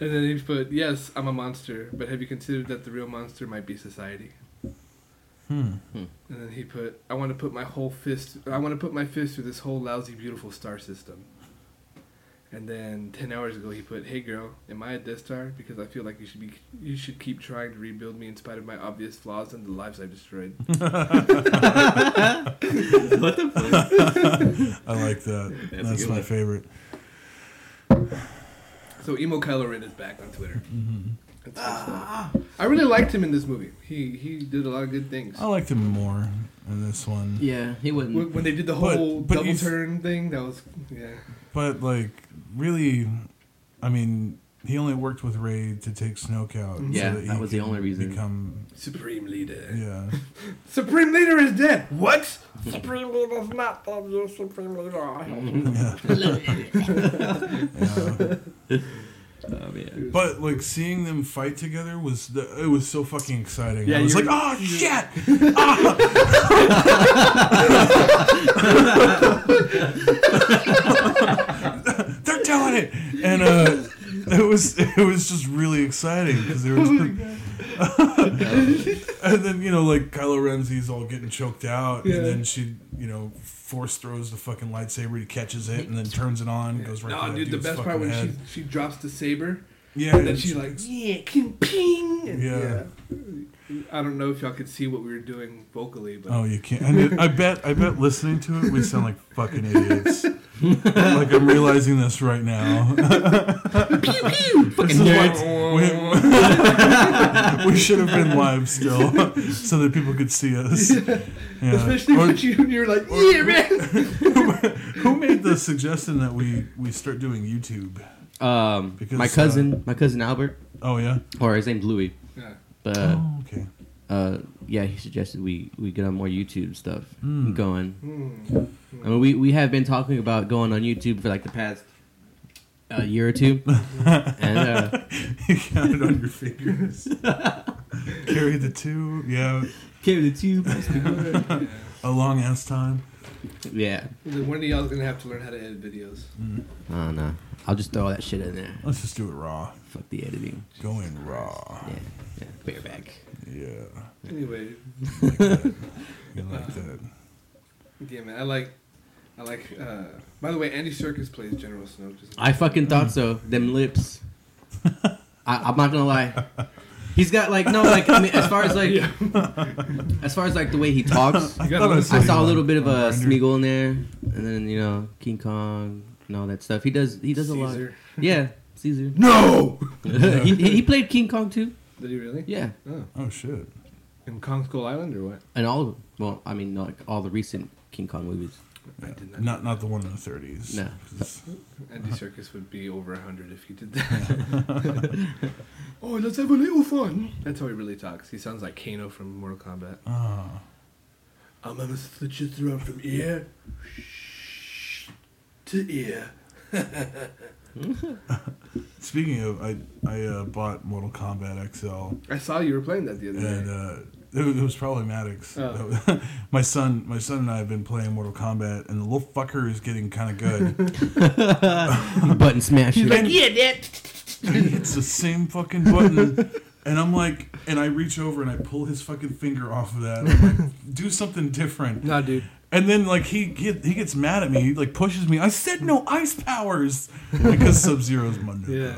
And then he put, "Yes, I'm a monster, but have you considered that the real monster might be society?"
hmm.
And then he put, "I want to put my whole fist. I want to put my fist through this whole lousy, beautiful star system." And then ten hours ago, he put, "Hey girl, am I a Death Star? Because I feel like you should be. You should keep trying to rebuild me in spite of my obvious flaws and the lives I've destroyed."
what the fuck?
I like that.
That's a
That's,
good
my
one.
favorite.
so emo Kylo Ren is back on Twitter.
Mm-hmm.
That's good stuff. I really liked him in this movie. He he did a lot of good things.
I liked him more in this one,
Yeah, he
When
wasn't.
when they did the
But-
whole
but
double
he's-
turn thing, that was yeah.
but like really, I mean, he only worked with Ray to take Snoke out.
Yeah,
he
that was the
could
only reason.
Become
Supreme leader.
yeah.
Supreme leader is dead. What?
Supreme Leader is not the new Supreme Leader. I hope.
yeah.
Oh, man.
But like seeing them fight together was the it was so fucking exciting.
Yeah,
I was
you-
like, oh shit! Ah! They're doing it, and uh, it was it was just really exciting because
Oh
they were. and then you know like Kylo Ramsey's all getting choked out,
Yeah.
and then she you know force throws the fucking lightsaber, he catches it, and then turns it on, goes right.
No,
through that
dude, the
dude's
best
fucking
part when
head.
she she drops the saber
Yeah.
And then she's like, yeah, can ping. And
Yeah.
yeah. I don't know if y'all could see what we were doing vocally, but
Oh, you can't. And it, I bet. I bet listening to it, we sound like fucking idiots. like I'm realizing this right now.
Fucking
is
nerds.
why- we, we should have been live still, so that people could see us. Yeah.
especially
Or-
when you, you're like, yeah, man.
who made the suggestion that we we start doing YouTube?
Um,
Because,
my cousin, my cousin Albert,
Oh yeah.
or his name's Louis,
Yeah.
but
oh okay.
uh, yeah, he suggested we we get on more YouTube stuff
Mm.
going.
Hmm.
I mean, we we have been talking about going on YouTube for like the past uh, year or two, and uh,
you count it on your fingers. Carry the two. Yeah.
carry the tube.
A long ass time.
yeah,
Then One of y'all's gonna have to learn how to edit videos.
I don't know. I'll just throw all that shit in there.
Let's just do it raw.
Fuck the editing.
Going raw.
Yeah, yeah. Bear back.
Yeah.
Anyway,
You like that. You like that.
yeah, man, I like, I like. Uh, by the way, Andy Serkis plays General Snow. Just
I fucking
Mm.
thought so. Them lips. I, I'm not gonna lie. He's got like no like I mean as far as like as far as like the way he talks.
You gotta
thought
listen.
I saw a
you
little
on-
bit of
on
a
Grindr.
Smeagol in there, and then you know King Kong and all that stuff. He does he does a lot.
Caesar.
Yeah, Caesar.
No.
he, he played King Kong too.
Did he really?
Yeah,
Oh,
Oh shit.
in Kong Skull Island or what?
and all well I mean like all the recent King Kong movies.
I did not.
Not not the one in the thirties.
No.
Andy Circus would be over hundred if he did that. oh, let's have a little fun. That's how he really talks. He sounds like Kano from Mortal Kombat.
Ah.
I'm gonna switch it around from ear to ear.
Speaking of, I I uh, bought Mortal Kombat XL,
I saw you were playing that the other
and
day.
uh, it, was, it was probably Maddox.
Oh.
That was- my son, my son and I have been playing Mortal Kombat, and the little fucker is getting kind of good.
Button smash.
like, yeah, Dad. it's the same fucking button. And I'm like, and I reach over and I pull his fucking finger off of that. I'm like, do something different.
Nah, dude.
And then like he get, he gets mad at me. He like pushes me. I said no ice powers because Sub Zero's my new
Yeah.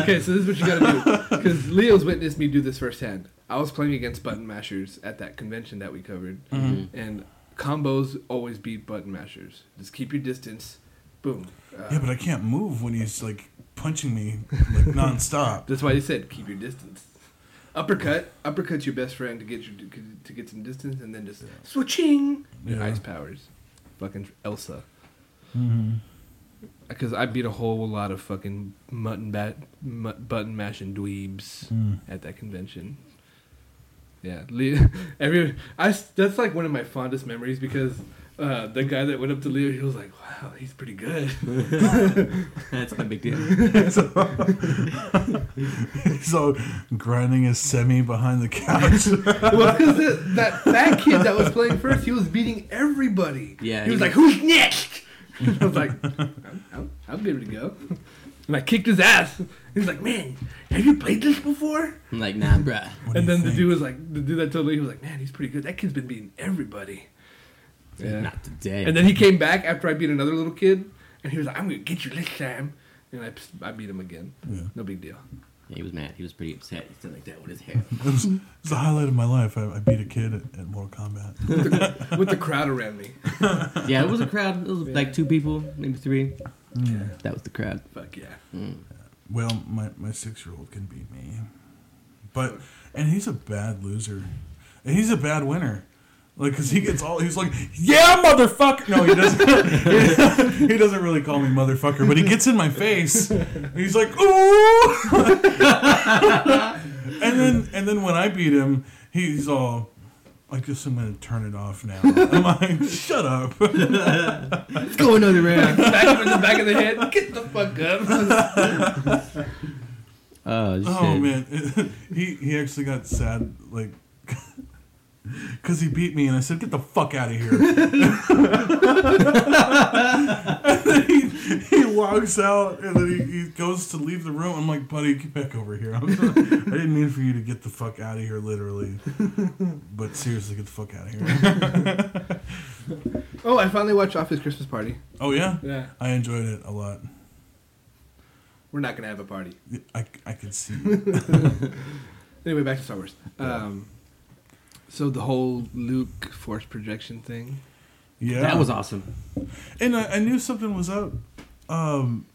okay, so this is what you gotta do. Because Leo's witnessed me do this firsthand. I was playing against button mashers at that convention that we covered,
Mm-hmm.
and combos always beat button mashers. Just keep your distance. Boom. Uh,
Yeah, but I can't move when he's like punching me like nonstop.
That's why you said keep your distance. Uppercut, uppercut's your best friend to get your to get some distance, and then just switching
Yeah.
ice powers, fucking Elsa.
Mm-hmm.
Because I beat a whole lot of fucking mutton bat mut, button mashing dweebs
Mm.
at that convention. Yeah, Leo, every I s- that's like one of my fondest memories because uh, the guy that went up to Leo, he was like, "Wow, he's pretty good."
That's no big deal.
so grinding his semi behind the couch.
well, because that fat kid that was playing first, he was beating everybody.
Yeah,
He was
he-
like, "Who's next?" I was like, "I'll- "I'll I'll give it a go," and I kicked his ass. He's like, "Man, have you played this before?"
I'm like nah, bruh.
What do you
and then the
think?
dude was like, "The dude that told me he was like, man, he's pretty good. That kid's been beating everybody." Yeah.
Not today.
And then he came back after I beat another little kid, and he was like, "I'm gonna get you this time." And I, I beat him again.
Yeah.
No big deal.
Yeah, he was mad. He was pretty upset. He said like that with his hair.
It was, it was the highlight of my life. I, I beat a kid at, at Mortal Kombat.
With the, with the crowd around me.
yeah, it was a crowd. It was like two people, maybe three. That was the crowd.
Fuck yeah.
Well, my, my six year old can beat me, but and he's a bad loser, and he's a bad winner. Like, cause he gets all he's like, yeah, motherfucker. No, he doesn't. he doesn't really call me motherfucker, but he gets in my face. And he's like, ooh. and then and then when I beat him, he's all. I guess I'm gonna turn it off now. I'm like, shut up.
It's going on around.
Back him in the back of the head. Get the fuck up.
Oh shit.
Oh man, he he actually got sad like because he beat me, and I said, "Get the fuck out of here!" and then he, he walks out, and then he, he goes to leave the room. I'm like, "Buddy, get back over here!" I'm sorry. I didn't mean for you to get the fuck out of here, literally. But seriously, get the fuck out of here.
Oh, I finally watched Office Christmas Party.
Oh yeah,
Yeah.
I enjoyed it a lot.
We're not gonna have a party.
I, I could see.
Anyway, back to Star Wars. Um, so the whole Luke force projection thing.
Yeah,
That was awesome.
And I, I knew something was up, um,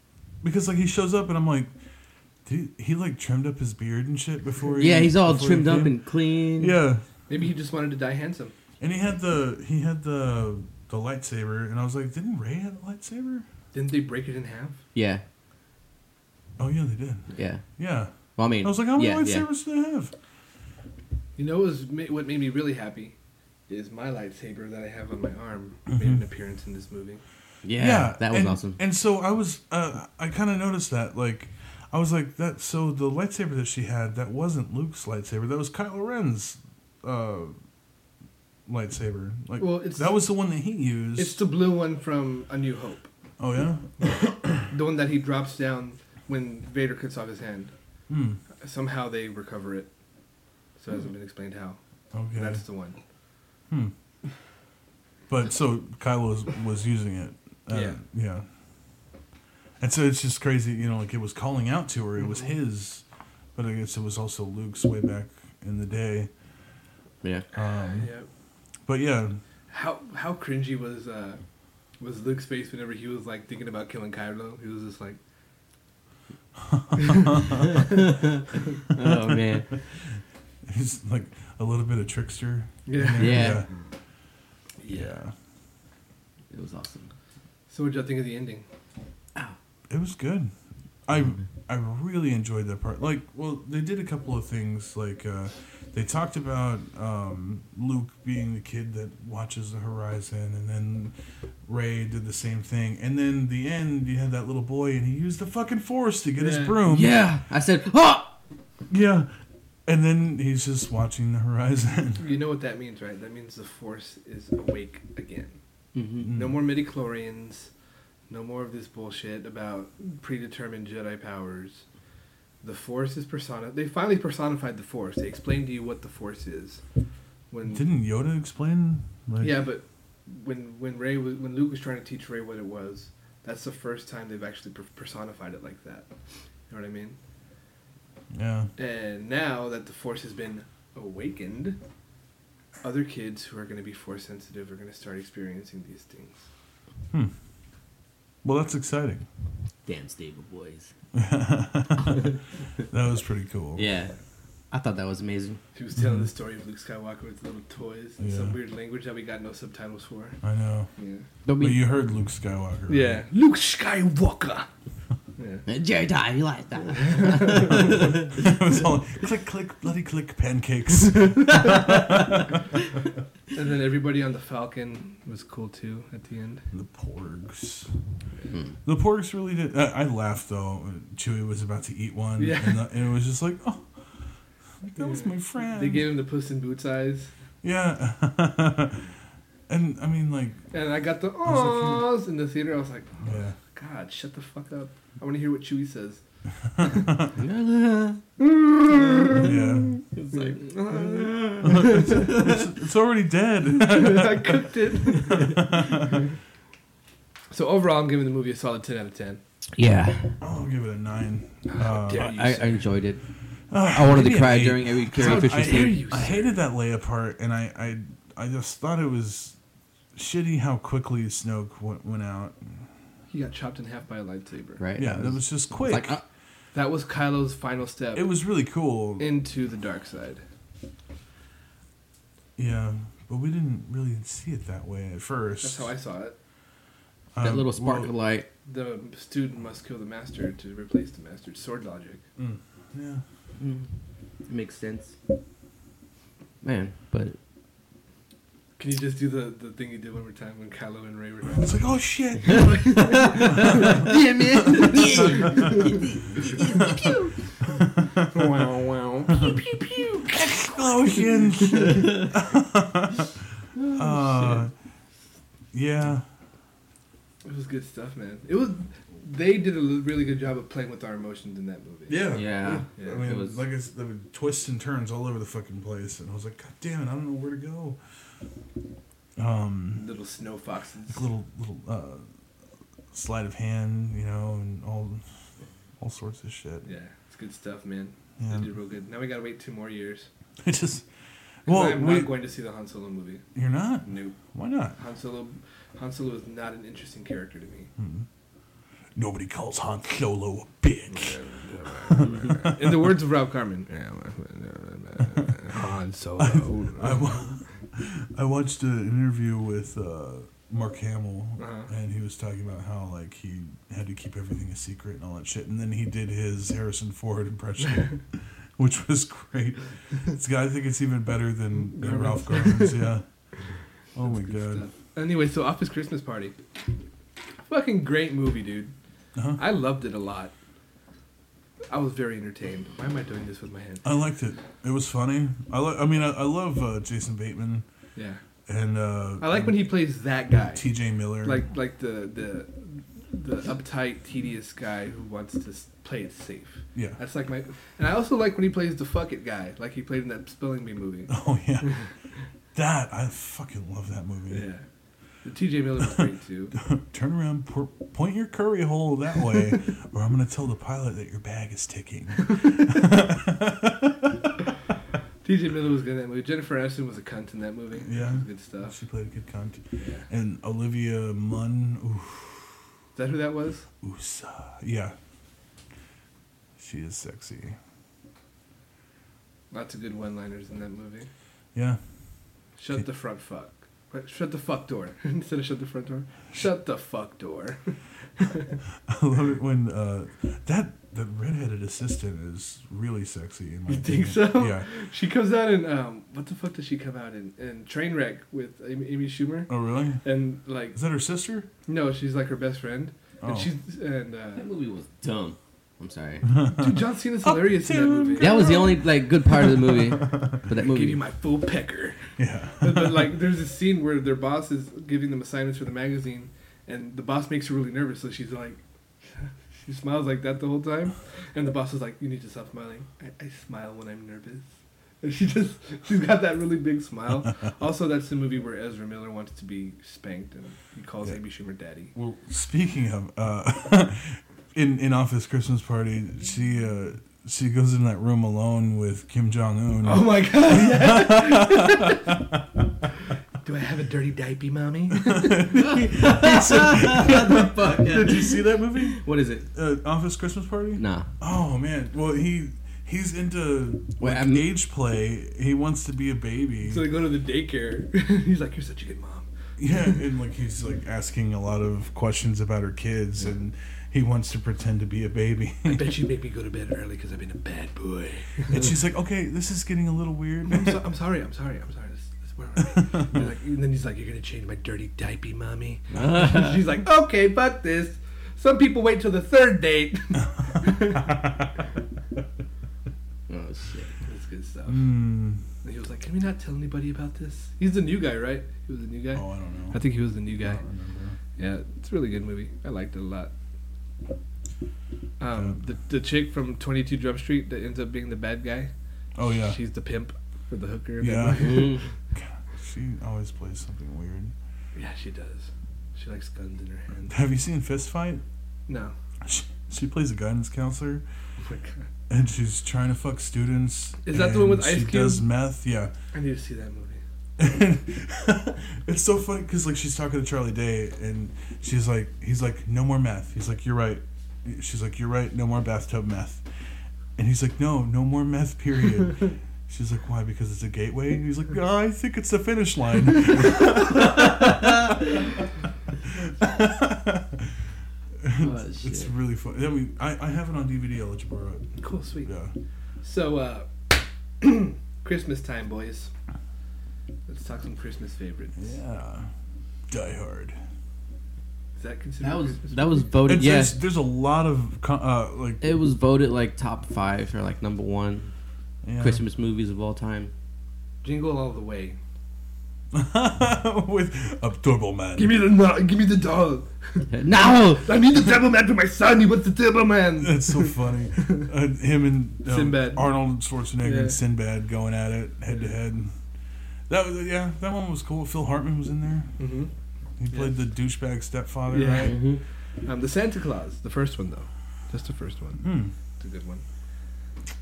because like he shows up and I'm like, dude, he like trimmed up his beard and shit before. He,
Yeah, he's all
before he
trimmed up
came.
and clean.
yeah,
Maybe he just wanted to die handsome.
and he had the he had the the lightsaber, and I was like, didn't Ray have a lightsaber?
Didn't they break it in half?
Yeah.
Oh yeah, they did.
Yeah.
Yeah,
Well, I
I
mean,
was like, how many
yeah, yeah.
lightsabers do they have?
You know, what was ma- what made me really happy is my lightsaber that I have on my arm
Mm-hmm.
made an appearance in this movie.
Yeah, that was
and,
awesome.
And so I was, uh, I kind of noticed that. Like, I was like, that. So the lightsaber that she had, that wasn't Luke's lightsaber. That was Kylo Ren's uh, lightsaber. Like,
Well, it's-
that was the one that he used.
It's the blue one from A New Hope,
oh yeah.
the one that he drops down when Vader cuts off his hand.
Hmm.
Somehow they recover it. So it hasn't been explained how.
Okay.
That's the one.
But so Kylo was, was using it. Uh,
Yeah.
Yeah. And so it's just crazy, you know, like it was calling out to her. It was
Mm-hmm.
his, but I guess it was also Luke's way back in the day.
yeah.
Um,
Yeah.
but yeah,
How how cringy was uh was Luke's face whenever he was like thinking about killing Kylo? He was just like,
Oh man.
He's like a little bit of trickster.
yeah.
Yeah.
Yeah.
Yeah.
It was awesome.
So what y'all think of the ending?
It was good. I
Mm-hmm.
I really enjoyed that part. Like, well, they did a couple of things. Like, uh, they talked about um, Luke being the kid that watches the horizon, and then Ray did the same thing. And then the end, you had that little boy, and he used the fucking force to get
Yeah.
his broom.
Yeah, I said, oh!
yeah. And then he's just watching the horizon.
You know what that means, right? That means the Force is awake again.
hmm
No more midi chlorians. No more of this bullshit about predetermined Jedi powers. The Force is persona. They finally personified the Force. They explained to you what the Force is. When
Didn't Yoda explain? Like,
yeah, but when when Ray was when Luke was trying to teach Ray what it was, that's the first time they've actually per- personified it like that. You know what I mean?
Yeah.
And now that the Force has been awakened, other kids who are going to be Force sensitive are going to start experiencing these things.
Well, that's exciting.
Damn stable boys.
that was pretty cool.
Yeah. I thought that was amazing.
He was telling the story of Luke Skywalker with little toys and some
Mm-hmm. Yeah.
weird language that we got no subtitles for.
I know.
Yeah.
Don't
But
be
you heard Luke Skywalker. right?
Yeah. Luke Skywalker. yeah.
Jerry die, you like that.
it was all click, click, bloody click, pancakes.
And then everybody on the Falcon was cool too at the end.
the porgs. The porgs really did. I, I laughed though. when Chewie was about to eat one.
Yeah.
And, the, and it was just like, oh, like, that was
Yeah.
my friend.
They gave him the Puss in Boots eyes,
yeah. and I mean, like,
and I got the
was
ahs in the theater. I was like, oh,
yeah.
God, shut the fuck up. I want to hear what Chewie says.
Yeah.
it's like,
It's, it's already dead.
"Ah." I cooked it. so overall, I'm giving the movie a solid 10 out of 10.
yeah.
I'll give it a nine.
How dare you,
I,
sir.
I enjoyed it.
Uh,
I wanted to
maybe an
cry
eight.
during every Carrie
How
Fisher
dare
scene.
you.
I hated that Leia part, and I, I, I just thought it was shitty how quickly Snoke went, went out.
He got chopped in half by a lightsaber.
Right?
Yeah, that was just quick.
like, uh,
That was Kylo's final step
it was really cool.
into the dark side.
yeah, but we didn't really see it that way at first.
That's how I saw it.
Um,
uh, that little spark
well,
of light.
The student must kill the master to replace the master. It's Sword logic.
mm, yeah,
It makes sense. Man, but
Can you just do the, the thing you did one more time when Kylo and Ray were
it's like oh shit.
yeah, man.
wow, wow.
Oh, explosions. uh, yeah,
It was good stuff, man. It was. They did a l- really good job of playing with our emotions in that movie.
yeah,
yeah,
Yeah,
I mean,
it was-
like I said, there were twists and turns all over the fucking place, and I was like, God damn it, I don't know where to go. Um,
Little snow foxes.
little little uh, sleight of hand, you know, and all all sorts of shit.
Yeah, it's good stuff, man.
Yeah.
They did real good. Now we gotta wait two more years.
I just
'Cause
well,
I'm
we-
not going to see the Han Solo movie.
you're not.
Nope.
Why not?
Han Solo, Han Solo is not an interesting character to me.
Nobody calls Han Solo a bitch.
In the words of Rob Carmen, Han Solo.
I, wa- I watched an interview with uh, Mark Hamill,
Uh-huh.
and he was talking about how like he had to keep everything a secret and all that shit. And then he did his Harrison Ford impression, which was great. It's got, I think it's even better than, than Ralph Garman's. Yeah. Oh my god.
Anyway, so Office Christmas Party. Fucking great movie, dude.
Uh-huh.
I loved it a lot. I was very entertained. Why am I doing this with my hand?
I liked it. It was funny. I lo- I mean, I, I love uh, Jason Bateman
Yeah.
and uh,
I like when he plays that guy.
T.J. Miller.
Like like the the the uptight, tedious guy who wants to s- play it safe.
yeah.
That's like my And I also like when he plays the fuck it guy, like he played in that Spelling Bee movie.
Oh yeah. that I fucking love that movie.
Yeah. The TJ Miller was great too.
Turn around, por- point your curry hole that way, or I'm gonna tell the pilot that your bag is ticking.
TJ Miller was good in that movie. Jennifer Aniston was a cunt in that movie.
Yeah.
It was good stuff.
she played a good cunt,
Yeah.
and Olivia Munn, oof,
Is that who that was?
oosa, yeah, she is sexy.
Lots of good one liners in that movie.
Yeah,
Shut the front fuck. Wait, Shut the fuck door. Instead of shut the front door, shut the fuck door.
I love it when uh, that the redheaded assistant is really sexy. In my
You think
opinion.
so?
Yeah.
She comes out in um, what the fuck does she come out in? In Trainwreck with Amy, Amy Schumer,
Oh really?
and like
Is that her sister?
no, she's like her best friend,
Oh.
and she's and uh,
That movie was dumb. I'm sorry.
dude, John Cena's hilarious in that
Uptown
movie.
That was the only like good part of the movie. But that
Give you
movie,
my full pecker.
yeah.
but like, there's a scene where their boss is giving them assignments for the magazine, and the boss makes her really nervous, so she's like, she smiles like that the whole time, and the boss is like, "You need to stop smiling." I, I smile when I'm nervous, and she just she's got that really big smile. also, that's the movie where Ezra Miller wants to be spanked, and he calls
Yeah.
Amy Schumer daddy.
Well, speaking of, uh, in in office Christmas party, she uh, she goes in that room alone with Kim Jong Un.
Oh my god! Do I have a dirty diaper, mommy?
the fuck?
Did you see that movie,
What is it?
uh, Office Christmas Party?
Nah.
Oh man, well he he's into
Wait,
like,
I'm-
age play. He wants to be a baby.
so they go to the daycare. He's like, "You're such a good mom."
yeah, and like he's like asking a lot of questions about her kids, and he wants to pretend to be a baby.
I bet you make me go to bed early because I've been a bad boy.
and she's like, "Okay, this is getting a little weird." Hmm. Oh,
I'm, so, I'm sorry. I'm sorry. I'm sorry. This, this, where are we? You're like, and then he's like, "You're gonna change my dirty diaper, mommy." And she's like, "Okay, but this." Some people wait till the third date.
Oh shit.
That's good stuff.
Mm.
And he was like, "Can we not tell anybody about this?" He's the new guy, right? He was the new guy.
Oh, I don't know.
I think he was the new guy.
I don't remember.
Yeah, it's a really good movie. I liked it a lot. Um, the the chick from Twenty Two Drum Street that ends up being the bad guy.
Oh yeah.
she's the pimp for the hooker. in that
Yeah.
movie.
Mm.
She always plays something weird.
yeah, she does. She likes guns in her hand.
Have you seen Fist Fight?
No,
She, she plays a guidance counselor,
Oh my God.
and she's trying to fuck students.
Is that the one
and
with Ice
She
Cube?
does meth, yeah.
I need to see that movie.
it's so funny because like she's talking to Charlie Day, and she's like, he's like, no more meth. He's like, you're right. She's like, you're right. No more bathtub meth. And he's like, no, no more meth. Period. She's like, why? Because it's a gateway. And he's like, "Uh, I think it's the finish line.
Oh,
It's
shit.
really fun. I mean, I, I have it on DVD. I'll let you borrow it.
Cool, sweet.
Yeah.
So, uh, Christmas time, boys. Let's talk some Christmas favorites.
Yeah. Die Hard.
Is that considered?
That was
Christmas
that was voted.
And
Yes,
there's, there's a lot of co- uh, like
it was voted like top five or like number one
yeah.
Christmas movies of all time.
Jingle all the way.
with a turbo man.
Give me the no, give me the doll.
no.
I need the devil man for my son. He wants the devil man.
That's so funny. Uh, him and um,
Sinbad.
Arnold Schwarzenegger
Yeah.
and Sinbad going at it head to head. That was yeah, that one was cool. Phil Hartman was in there.
hmm
He played the douchebag stepfather,
Yeah.
right?
hmm
Um, the Santa Claus, the first one though. That's the first one.
Hmm.
It's a good one.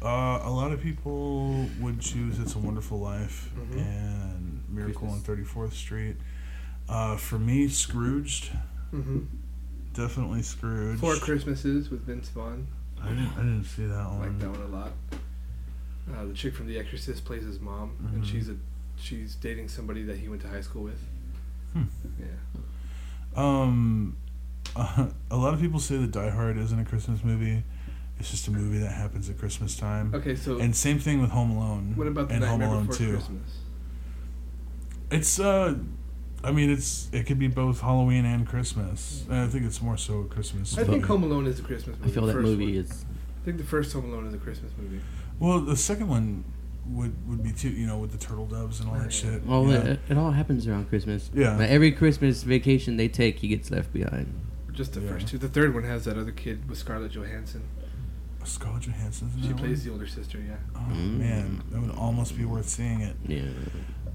Uh, a lot of people would choose "It's a Wonderful Life"
Mhm.
and "Miracle
Christmas.
on Thirty Fourth Street." Uh, for me, Scrooged,
Mm-hmm.
definitely Scrooged.
Four Christmases with Vince Vaughn.
I didn't, I didn't see that
I
one.
like that one a lot. Uh, the chick from The Exorcist plays his mom, and
Mhm.
she's a she's dating somebody that he went to high school with.
Hmm.
Yeah.
Um, uh, a lot of people say that Die Hard isn't a Christmas movie. It's just a movie that happens at Christmas time.
Okay, so
And same thing with Home Alone.
what about the
and
Nightmare
Home Alone
Before
Two?
Christmas?
It's uh, I mean, it's it could be both Halloween and Christmas. And I think it's more so a Christmas.
I think
movie.
Home Alone is a Christmas
I
movie.
feel
the
that
first
movie
one.
is.
I think the first Home Alone is a Christmas movie.
Well, the second one would would be too. You know, with the turtle doves and all that
Right.
shit.
Well,
yeah.
it, it all happens around Christmas.
Yeah.
Like every Christmas vacation they take, he gets left behind.
Just the
Yeah.
first two. The third one has that other kid with Scarlett Johansson.
Scarlett Johansson's in
She
that
plays
one?
the older sister. Yeah.
Oh man, that would almost be worth seeing it.
Yeah.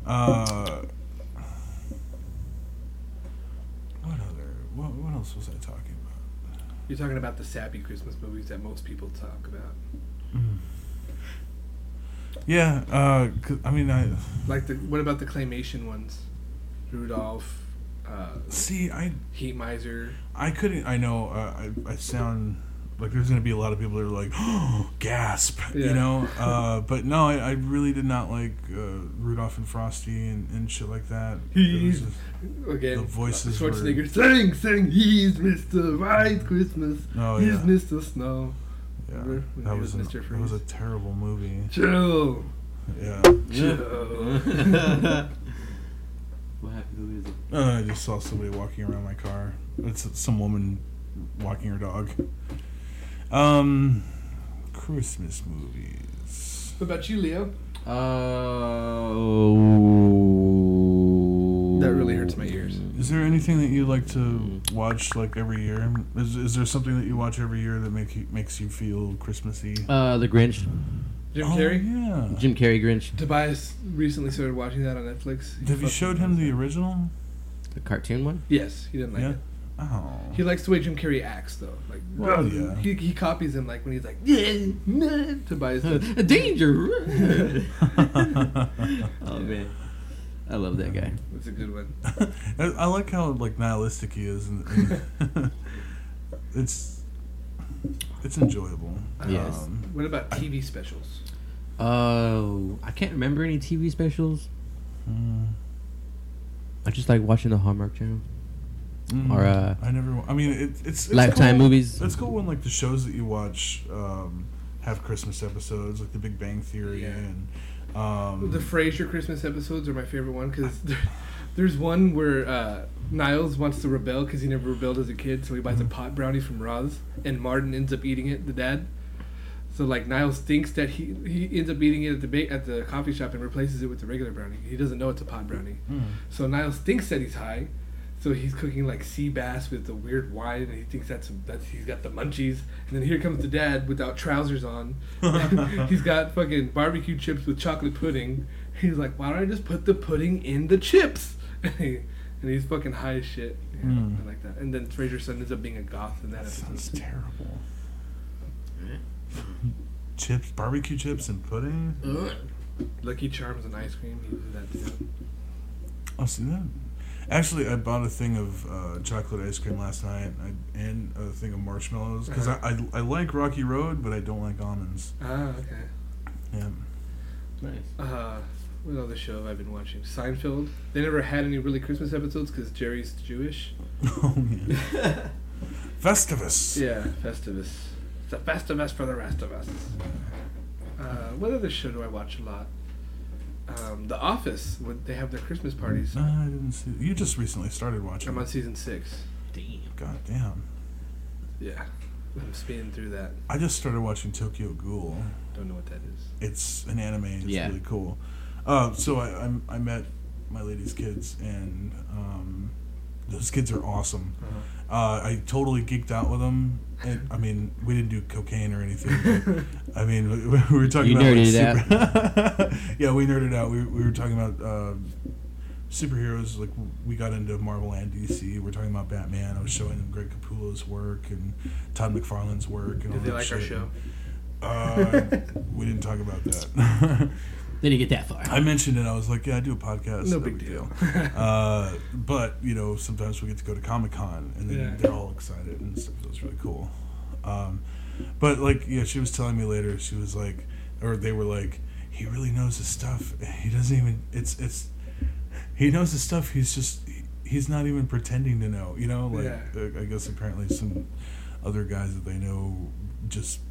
Uh, what other? What, what else was I talking about?
You're talking about the sappy Christmas movies that most people talk about,
Yeah, uh, 'cause- I mean, I
like the what about the claymation ones? Rudolph, uh,
see. I
Heat Miser.
I couldn't. I know. Uh, I I sound like there's gonna be a lot of people that are like, oh, gasp,
Yeah.
you know. Uh, but no, I, I really did not like uh, Rudolph and Frosty and, and shit like that. It was
He's-
just-
Again,
The voices were-
Schwarzenegger sing, sing. He's Mr. White Christmas.
Oh,
He's
yeah.
Mr. Snow.
yeah,
Remember when
that
he
was
was
an,
Mr.
that was a
Freeze?
terrible movie.
Chill.
Yeah,
Chill.
What happened? Who is it?
uh, I just saw somebody walking around my car. It's some woman walking her dog. Um, Christmas movies.
what about you, Leo?
Oh.
That really hurts my ears.
Is there anything that you like to watch like every year? Is, is there something that you watch every year that make you, makes you feel Christmassy?
Uh, the Grinch.
Jim
Oh,
Carrey?
yeah.
Jim Carrey Grinch.
Tobias recently started watching that on Netflix. He
Have you
fucking
showed him
loves
the
it.
original?
The cartoon one.
Yes, he didn't like
yeah.
it.
Oh.
He likes the way Jim Carrey acts, though. Like,
Well, yeah.
He, he copies him, like when he's like, yeah, nah, Tobias. does.
A danger. oh man, I love that guy.
That's a good one.
I, I like how like nihilistic he is, and, and it's it's enjoyable.
Yes.
Um,
What about TV specials?
Oh, I can't remember any TV specials. Hmm.
mm,
I just like watching the Hallmark Channel.
Mm-hmm.
mm,
Or, uh,
I never. wa- I mean, it, it's, it's
Lifetime
cool.
movies.
It's cool when like the shows that you watch um, have Christmas episodes, like The Big Bang Theory
Yeah.
and. Um,
The Frasier Christmas episodes are my favorite one because there's one where uh, Niles wants to rebel because he never rebelled as a kid, so he buys a pot brownie from Roz, and Martin ends up eating it, the dad. So like Niles thinks that he he ends up eating it at the ba- at the coffee shop and replaces it with the regular brownie. He doesn't know it's a pot brownie.
Mm.
So Niles thinks that he's high, so he's cooking like sea bass with the weird wine, and he thinks that's that's he's got the munchies. And then here comes the dad without trousers on. he's got fucking barbecue chips with chocolate pudding. He's like, why don't I just put the pudding in the chips? And, he, and he's fucking high as shit. Yeah,
Mm.
I like that. And then Fraser's son ends up being a goth in Hmm. that
That
episode.
sounds terrible. Chips, barbecue chips, and pudding.
Lucky Charms and ice cream. He did that too.
Oh, see that. Actually, I bought a thing of uh, chocolate ice cream last night and, I, and a thing of marshmallows because
Uh-huh.
I, I I like Rocky Road, but I don't like almonds.
Ah, okay.
Yeah.
Nice.
Uh, what other show have I been watching? Seinfeld. They never had any really Christmas episodes because Jerry's Jewish.
oh yeah. Festivus.
Yeah, Festivus. It's a Festivus for the rest of us. Uh, what other show do I watch a lot? Um, the Office. When they have their Christmas parties.
Uh, I didn't see. You just recently started watching.
I'm on
it.
season six.
Damn.
God damn.
Yeah, I'm speeding through that.
I just started watching Tokyo Ghoul.
Don't know what that is.
It's an anime. It's
Yeah.
really cool. Uh, so I, I'm- I I met my lady's kids and um, those kids are awesome. Uh, I totally geeked out with them. And, I mean, we didn't do cocaine or anything. but, I mean, we, we were talking
You
about.
nerded
like, super- yeah, we nerded out. We, we were talking about uh, superheroes, like we got into Marvel and DC. We're talking about Batman. I was showing them Greg Capullo's work and Todd McFarlane's work. And all
Did they
that
like our
shit.
show?
Uh, we didn't talk about that.
They didn't get that far.
I mentioned it. I was like, yeah, I do a podcast.
No big deal.
uh, but you know, sometimes we get to go to Comic Con, and then
Yeah.
they're all excited and stuff. So it's really cool. Um, but like, yeah, she was telling me later. She was like, or they were like, he really knows his stuff. He doesn't even. It's it's. He knows his stuff. He's just. he- He's not even pretending to know. You know, like
Yeah.
uh, I guess apparently some other guys that they know just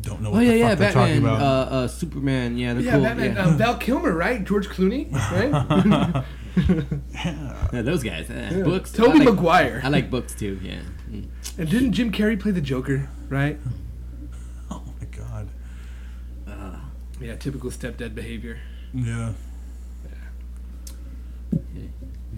don't know
Oh
what
yeah,
the
yeah,
fuck they're talking
Batman, uh,
about.
uh, Superman, yeah, they're
Yeah,
cool.
Batman.
yeah.
Uh, Val Kilmer, right? George Clooney,
uh,
right?
yeah.
Yeah, those guys, eh,
Yeah.
books. I
Toby
like-
Maguire.
I like books too. Yeah, Mm.
and didn't Jim Carrey play the Joker, right?
Oh my god.
Yeah, typical stepdad behavior.
Yeah.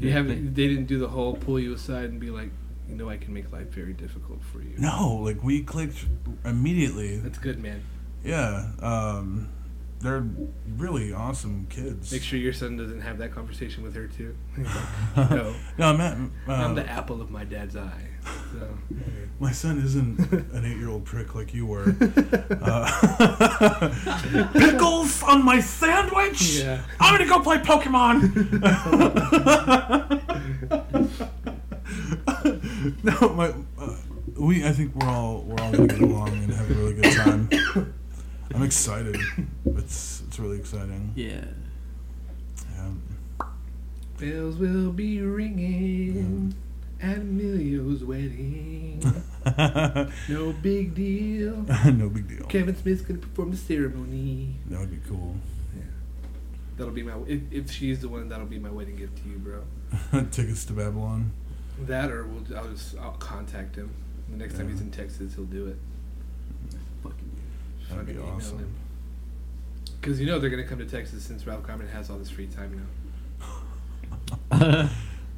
You haven't. They didn't do the whole pull you aside and be like, you know, I can make life very difficult for you.
No, like we clicked immediately.
That's good, man.
Yeah, um, they're really awesome kids.
Make sure your son doesn't have that conversation with her too. no,
No, Matt, uh,
I'm the apple of my dad's eye. So.
my son isn't an eight-year-old prick like you were. Uh, Pickles on my sandwich.
Yeah.
I'm gonna go play Pokemon. no, my uh, we. I think we're all we're all gonna get along and have a really good time. I'm excited. It's it's really exciting.
yeah.
Yeah.
Bells will be ringing at Emilio's wedding. No big deal.
no big deal.
Kevin Smith's gonna perform the ceremony.
That would be cool.
That'll be my if, if she's the one that'll be my wedding gift to you, bro.
Tickets to Babylon.
That or we'll I'll just I'll contact him. The next time he's in Texas, he'll do it.
Fucking
That'd be awesome.
Because you know they're gonna come to Texas since Ralph Garman has all this free time now.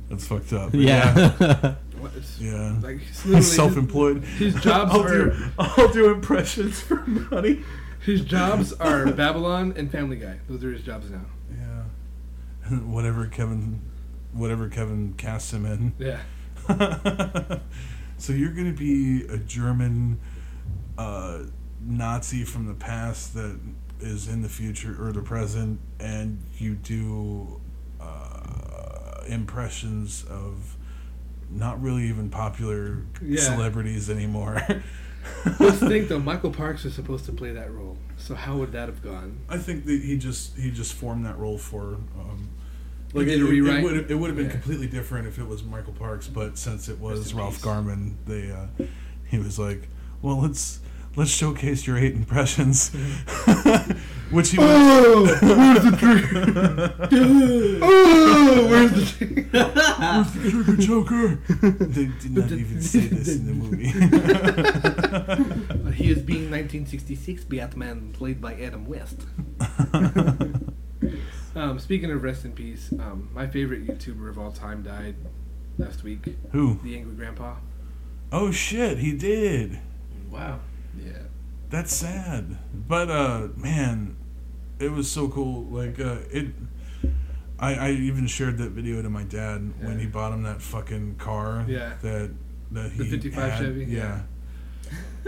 That's fucked up.
yeah.
What? It's,
Yeah.
Like he's
He's
literally
self-employed.
his jobs
I'll
are-
do, I'll do impressions for money.
His jobs are Babylon and Family Guy. Those are his jobs now.
Yeah. And whatever Kevin, whatever Kevin casts him in.
Yeah.
so you're gonna be a German uh, Nazi from the past that is in the future or the present, and you do uh, impressions of not really even popular
Yeah.
celebrities anymore.
Let's think though. Michael Parks was supposed to play that role. So how would that have gone?
I think that he just he just formed that role for. Um,
He
like
did
it,
a rewrite?
would it would have been
Yeah.
completely different if it was Michael Parks, but since it was
in
Ralph
peace.
Garman, they uh, he was like, well, let's let's showcase your eight impressions, which he was.
Oh, where's the tree? oh, where's the tree?
Ah. You're a Joker. They did not even say this in the movie.
He is being 1966 Batman, played by Adam West. Um, speaking of rest in peace, um, my favorite YouTuber of all time died last week.
Who?
The Angry Grandpa.
Oh shit, he did.
wow.
Yeah.
That's sad. But uh man, it was so cool. Like uh it I I even shared that video to my dad when
Yeah.
he bought him that fucking car
Yeah.
that that he
The 55
had.
Chevy,
Yeah.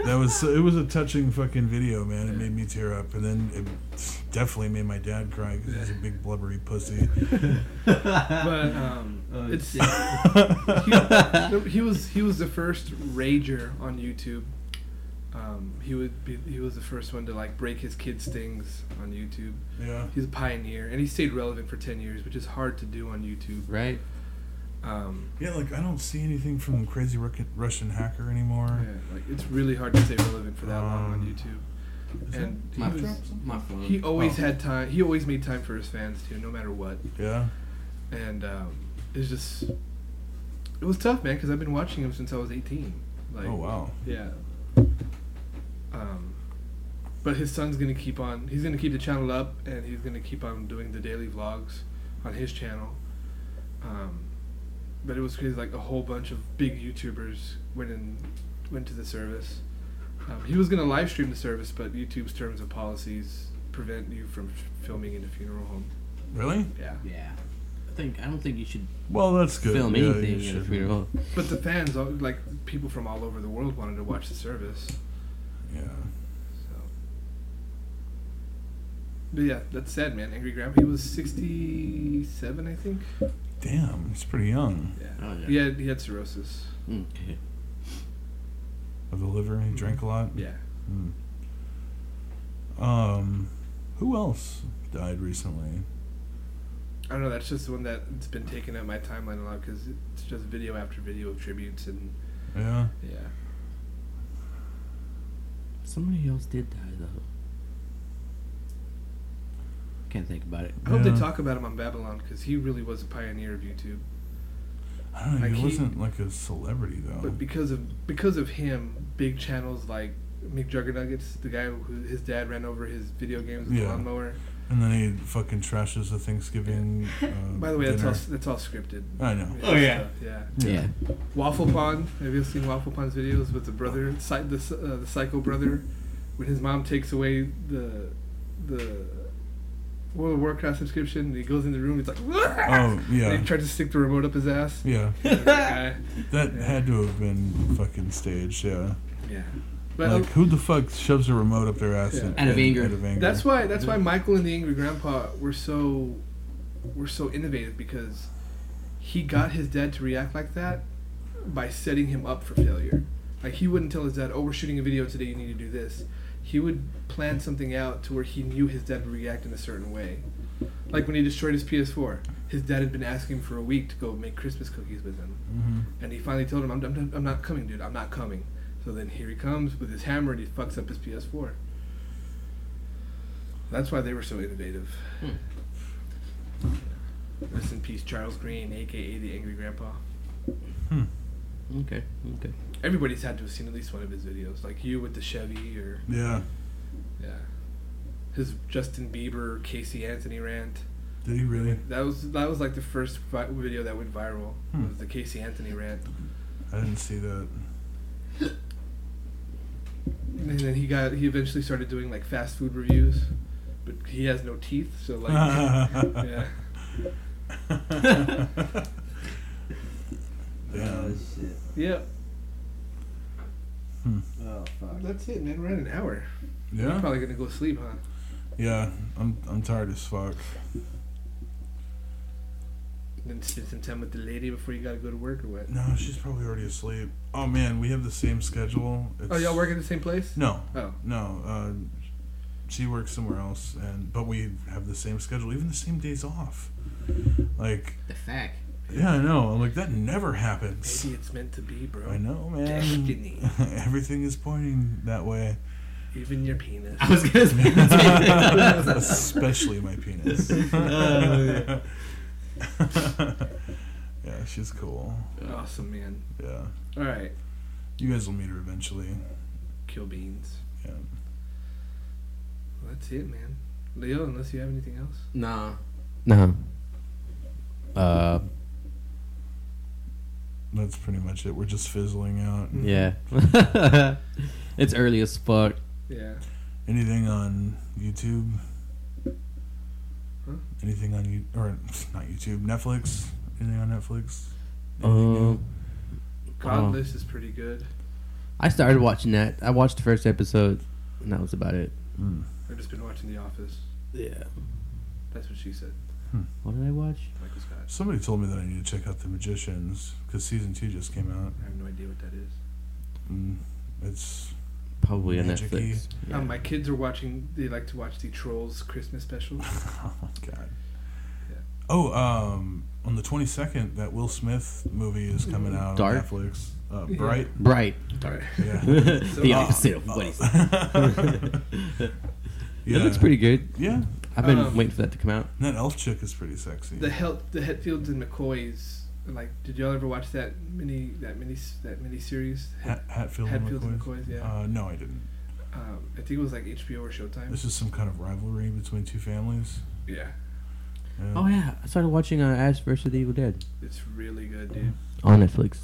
that was it was a touching fucking video, man. It made me tear up and then it definitely made my dad cry cuz he's a big blubbery pussy.
Uh,
But um, it's he, he was he was the first rager on YouTube. Um, he would be, he was the first one to like break his kids' things on YouTube.
yeah.
He's a pioneer, and he stayed relevant for ten years, which is hard to do on YouTube.
Right.
Um,
Yeah, like I don't see anything from crazy Ruck- Russian hacker anymore.
yeah, like it's really hard to stay relevant for that long on
Um,
YouTube.
Is
And
it-
he,
My,
was,
my phone.
he always
Oh.
had time. He always made time for his fans too, no matter what.
yeah.
And um, it's just it was tough, man, because I've been watching him since I was eighteen. Like,
Oh wow.
Yeah. Um, but his son's gonna keep on. He's gonna keep the channel up, and he's gonna keep on doing the daily vlogs on his channel. Um, but it was crazy. Like a whole bunch of big YouTubers went in, went to the service. Um, he was gonna live stream the service, but YouTube's terms of policies prevent you from f- filming in a funeral home.
Really?
Yeah.
Yeah. think I don't think you should
Well, that's good.
film
Yeah, you
anything at a
should.
funeral.
But the fans, all- like people from all over the world, wanted to watch the service.
Yeah.
So. But yeah, that's sad, man. Angry Grandpa. He was sixty-seven, I think.
Damn, he's pretty young.
Yeah.
Oh, yeah.
He had he had cirrhosis.
Okay.
Of the liver, he drank a lot. Hmm.
Yeah.
Um, who else died recently?
I don't know. That's just the one that's been taking up my timeline a lot because it's just video after video of tributes and
Yeah.
yeah.
Somebody else did die though. Can't think about it.
I hope
Yeah.
they talk about him on Babylon because he really was a pioneer of YouTube.
I don't know.
Like
he
he-
wasn't like a celebrity though.
But because of because of him, big channels like Mick Juggernuggets, the guy who his dad ran over his video games with a
Yeah.
lawnmower.
and then he fucking trashes the Thanksgiving. Uh,
By the way,
dinner.
that's all that's all scripted.
I know.
Oh yeah, yeah.
Yeah.
Waffle Pond. Have you seen Waffle Pond's videos with the brother, psy- the s- uh, the psycho brother, when his mom takes away the the World of Warcraft subscription? And he goes in the room. He's like,
Oh
and
yeah.
he tried to stick the remote up his ass.
yeah.
That guy.
That
Yeah.
had to have been fucking staged. Yeah.
Yeah. But
like who the fuck shoves a remote up their ass
Yeah.
and-
Out of
and-
anger.
Out of anger.
That's why that's why Michael and the Angry Grandpa were so were so innovative because he got his dad to react like that by setting him up for failure. Like he wouldn't tell his dad, "Oh, we're shooting a video today. You need to do this." He would plan something out to where he knew his dad would react in a certain way. Like when he destroyed his PS4, his dad had been asking him for a week to go make Christmas cookies with him,
Mhm.
and he finally told him, "I'm I'm, I'm not coming, dude. I'm not coming." So then here he comes with his hammer and he fucks up his PS4. That's why they were so innovative. Rest in peace, Charles Green, aka the Angry Grandpa.
Okay. Okay.
Everybody's had to have seen at least one of his videos, like you with the Chevy, or
Yeah.
yeah, his Justin Bieber, Casey Anthony rant.
Did he really?
That was that was like the first vi- video that went viral.
Hmm.
Was the Casey Anthony rant,
I didn't see that.
and then he got he eventually started doing like fast food reviews, but he has no teeth, so like yeah.
Damn.
shit.
Yeah,
Oh, fuck.
that's it, man. We're at an hour. You're
Yeah.
probably gonna go sleep, huh?
Yeah. I'm I'm tired as fuck.
Then spend some time with the lady before you gotta go to work or what?
No, she's probably already asleep. Oh man, we have the same schedule. It's,
Oh, y'all work at the same place?
No,
Oh,
no. Uh, she works somewhere else, and but we have the same schedule, even the same days off. Like,
The fact.
yeah, I know. I'm like that never happens.
maybe it's meant to be, bro.
I know, man.
Destiny.
Everything is pointing that way.
Even your penis.
I was gonna say
Especially my penis.
Oh,
yeah, she's cool.
awesome, man.
Yeah.
All right,
You guys will meet her eventually.
kill beans.
Yeah.
Well, that's it, man. Leo, unless you have anything else.
Nah. Nah. Uh.
That's pretty much it. We're just fizzling out.
Yeah. it's early as fuck.
Yeah.
Anything on YouTube?
Huh?
Anything on you or not YouTube? Netflix? Anything on Netflix? Anything new?
Um.
Um.
Godless is pretty good.
I started watching that. I watched the first episode, and that was about it.
Mm.
I've just been watching The Office.
Yeah.
That's what she said.
What did I watch?
Michael Scott.
Somebody told me that I need to check out The Magicians because season two just came out.
I have no idea what that is.
Mm. It's
Probably on
Magic-y.
Netflix. Yeah.
Um, my kids are watching. They like to watch the Trolls Christmas special.
oh my god.
Yeah.
Oh, um, on the twenty second, that Will Smith movie is coming out
Dark?
on Netflix. Uh,
Yeah.
Bright.
Bright.
Dark.
Yeah. Oh.
the
uh,
opposite of what he said.
yeah.
It looks pretty good.
Yeah. And
I've been
Um,
waiting for that to come out.
that elf chick is pretty sexy.
the Hel- the Hetfields and McCoys. Like, did y'all ever watch that mini that mini that mini series?
Hat- Hatfield,
Hatfields
and
and
McCoys.
McCoys, yeah.
Uh, no, I didn't.
Um, I think it was like HBO or Showtime.
This is some kind of rivalry between two families.
Yeah,
Yeah.
Oh yeah, I started watching uh, Ash versus the Evil Dead
it's really
Mm.
good, dude.
on Netflix.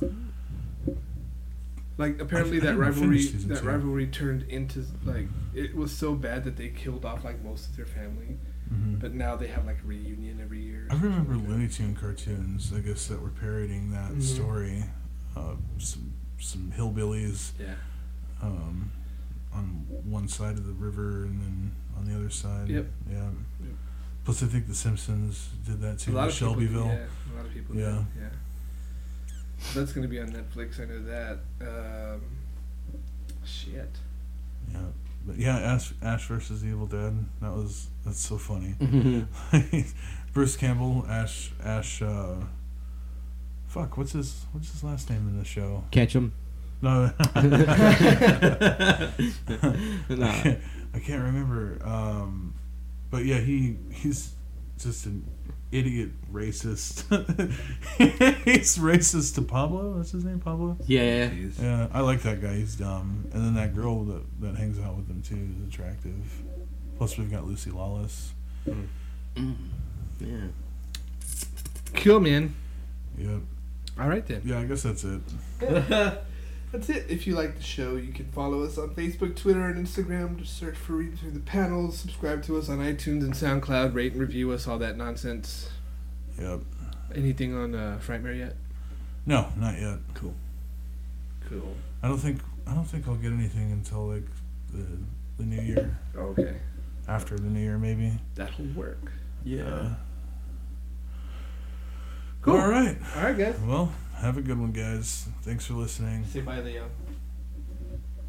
Like apparently
I
that
didn't finish
rivalry
season
that
two.
rivalry turned into like it was so bad that they killed off like most of their family.
Mhm.
But now they have like a reunion every year.
I remember Looney Tune cartoons, I guess, that were parodying that
Mhm.
story. Uh, some some hillbillies
Yeah.
um, on one side of the river and then on the other side.
Yep.
Yeah.
Yep.
Plus, I think The Simpsons did that too. with Shelbyville.
People, yeah, a lot of people. Yeah,
Yeah.
yeah. That's gonna be on Netflix. I know that. Um, shit.
Yeah, but yeah, Ash, Ash versus Evil Dead. That was that's so funny.
Mm-hmm.
Bruce Campbell, Ash, Ash. Uh, fuck, what's his what's his last name in the show?
Catch him.
No, I,
nah.
can't, I can't remember. Um, but yeah, he he's just an idiot racist. he's racist to Pablo. What's his name? Pablo.
Yeah.
Yeah, I like that guy. He's dumb. And then that girl that, that hangs out with him too is attractive. Plus, we've got Lucy Lawless.
Yeah.
Cool, man.
Yep.
All right then.
Yeah, I guess that's it.
That's it. If you like the show, you can follow us on Facebook, Twitter, and Instagram. Just search for Reading Through the Panels. Subscribe to us on iTunes and SoundCloud. Rate and review us, all that nonsense.
Yep.
Anything on uh, Frightmare yet?
No, not yet.
Cool. Cool.
I don't think I don't think I'll get anything until like the the new year.
Okay.
After the new year, maybe.
That'll work.
Uh,
Cool.
All right.
All right, guys.
Well, have a good one, guys. Thanks for listening.
Say bye, Leo.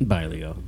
Bye, Leo.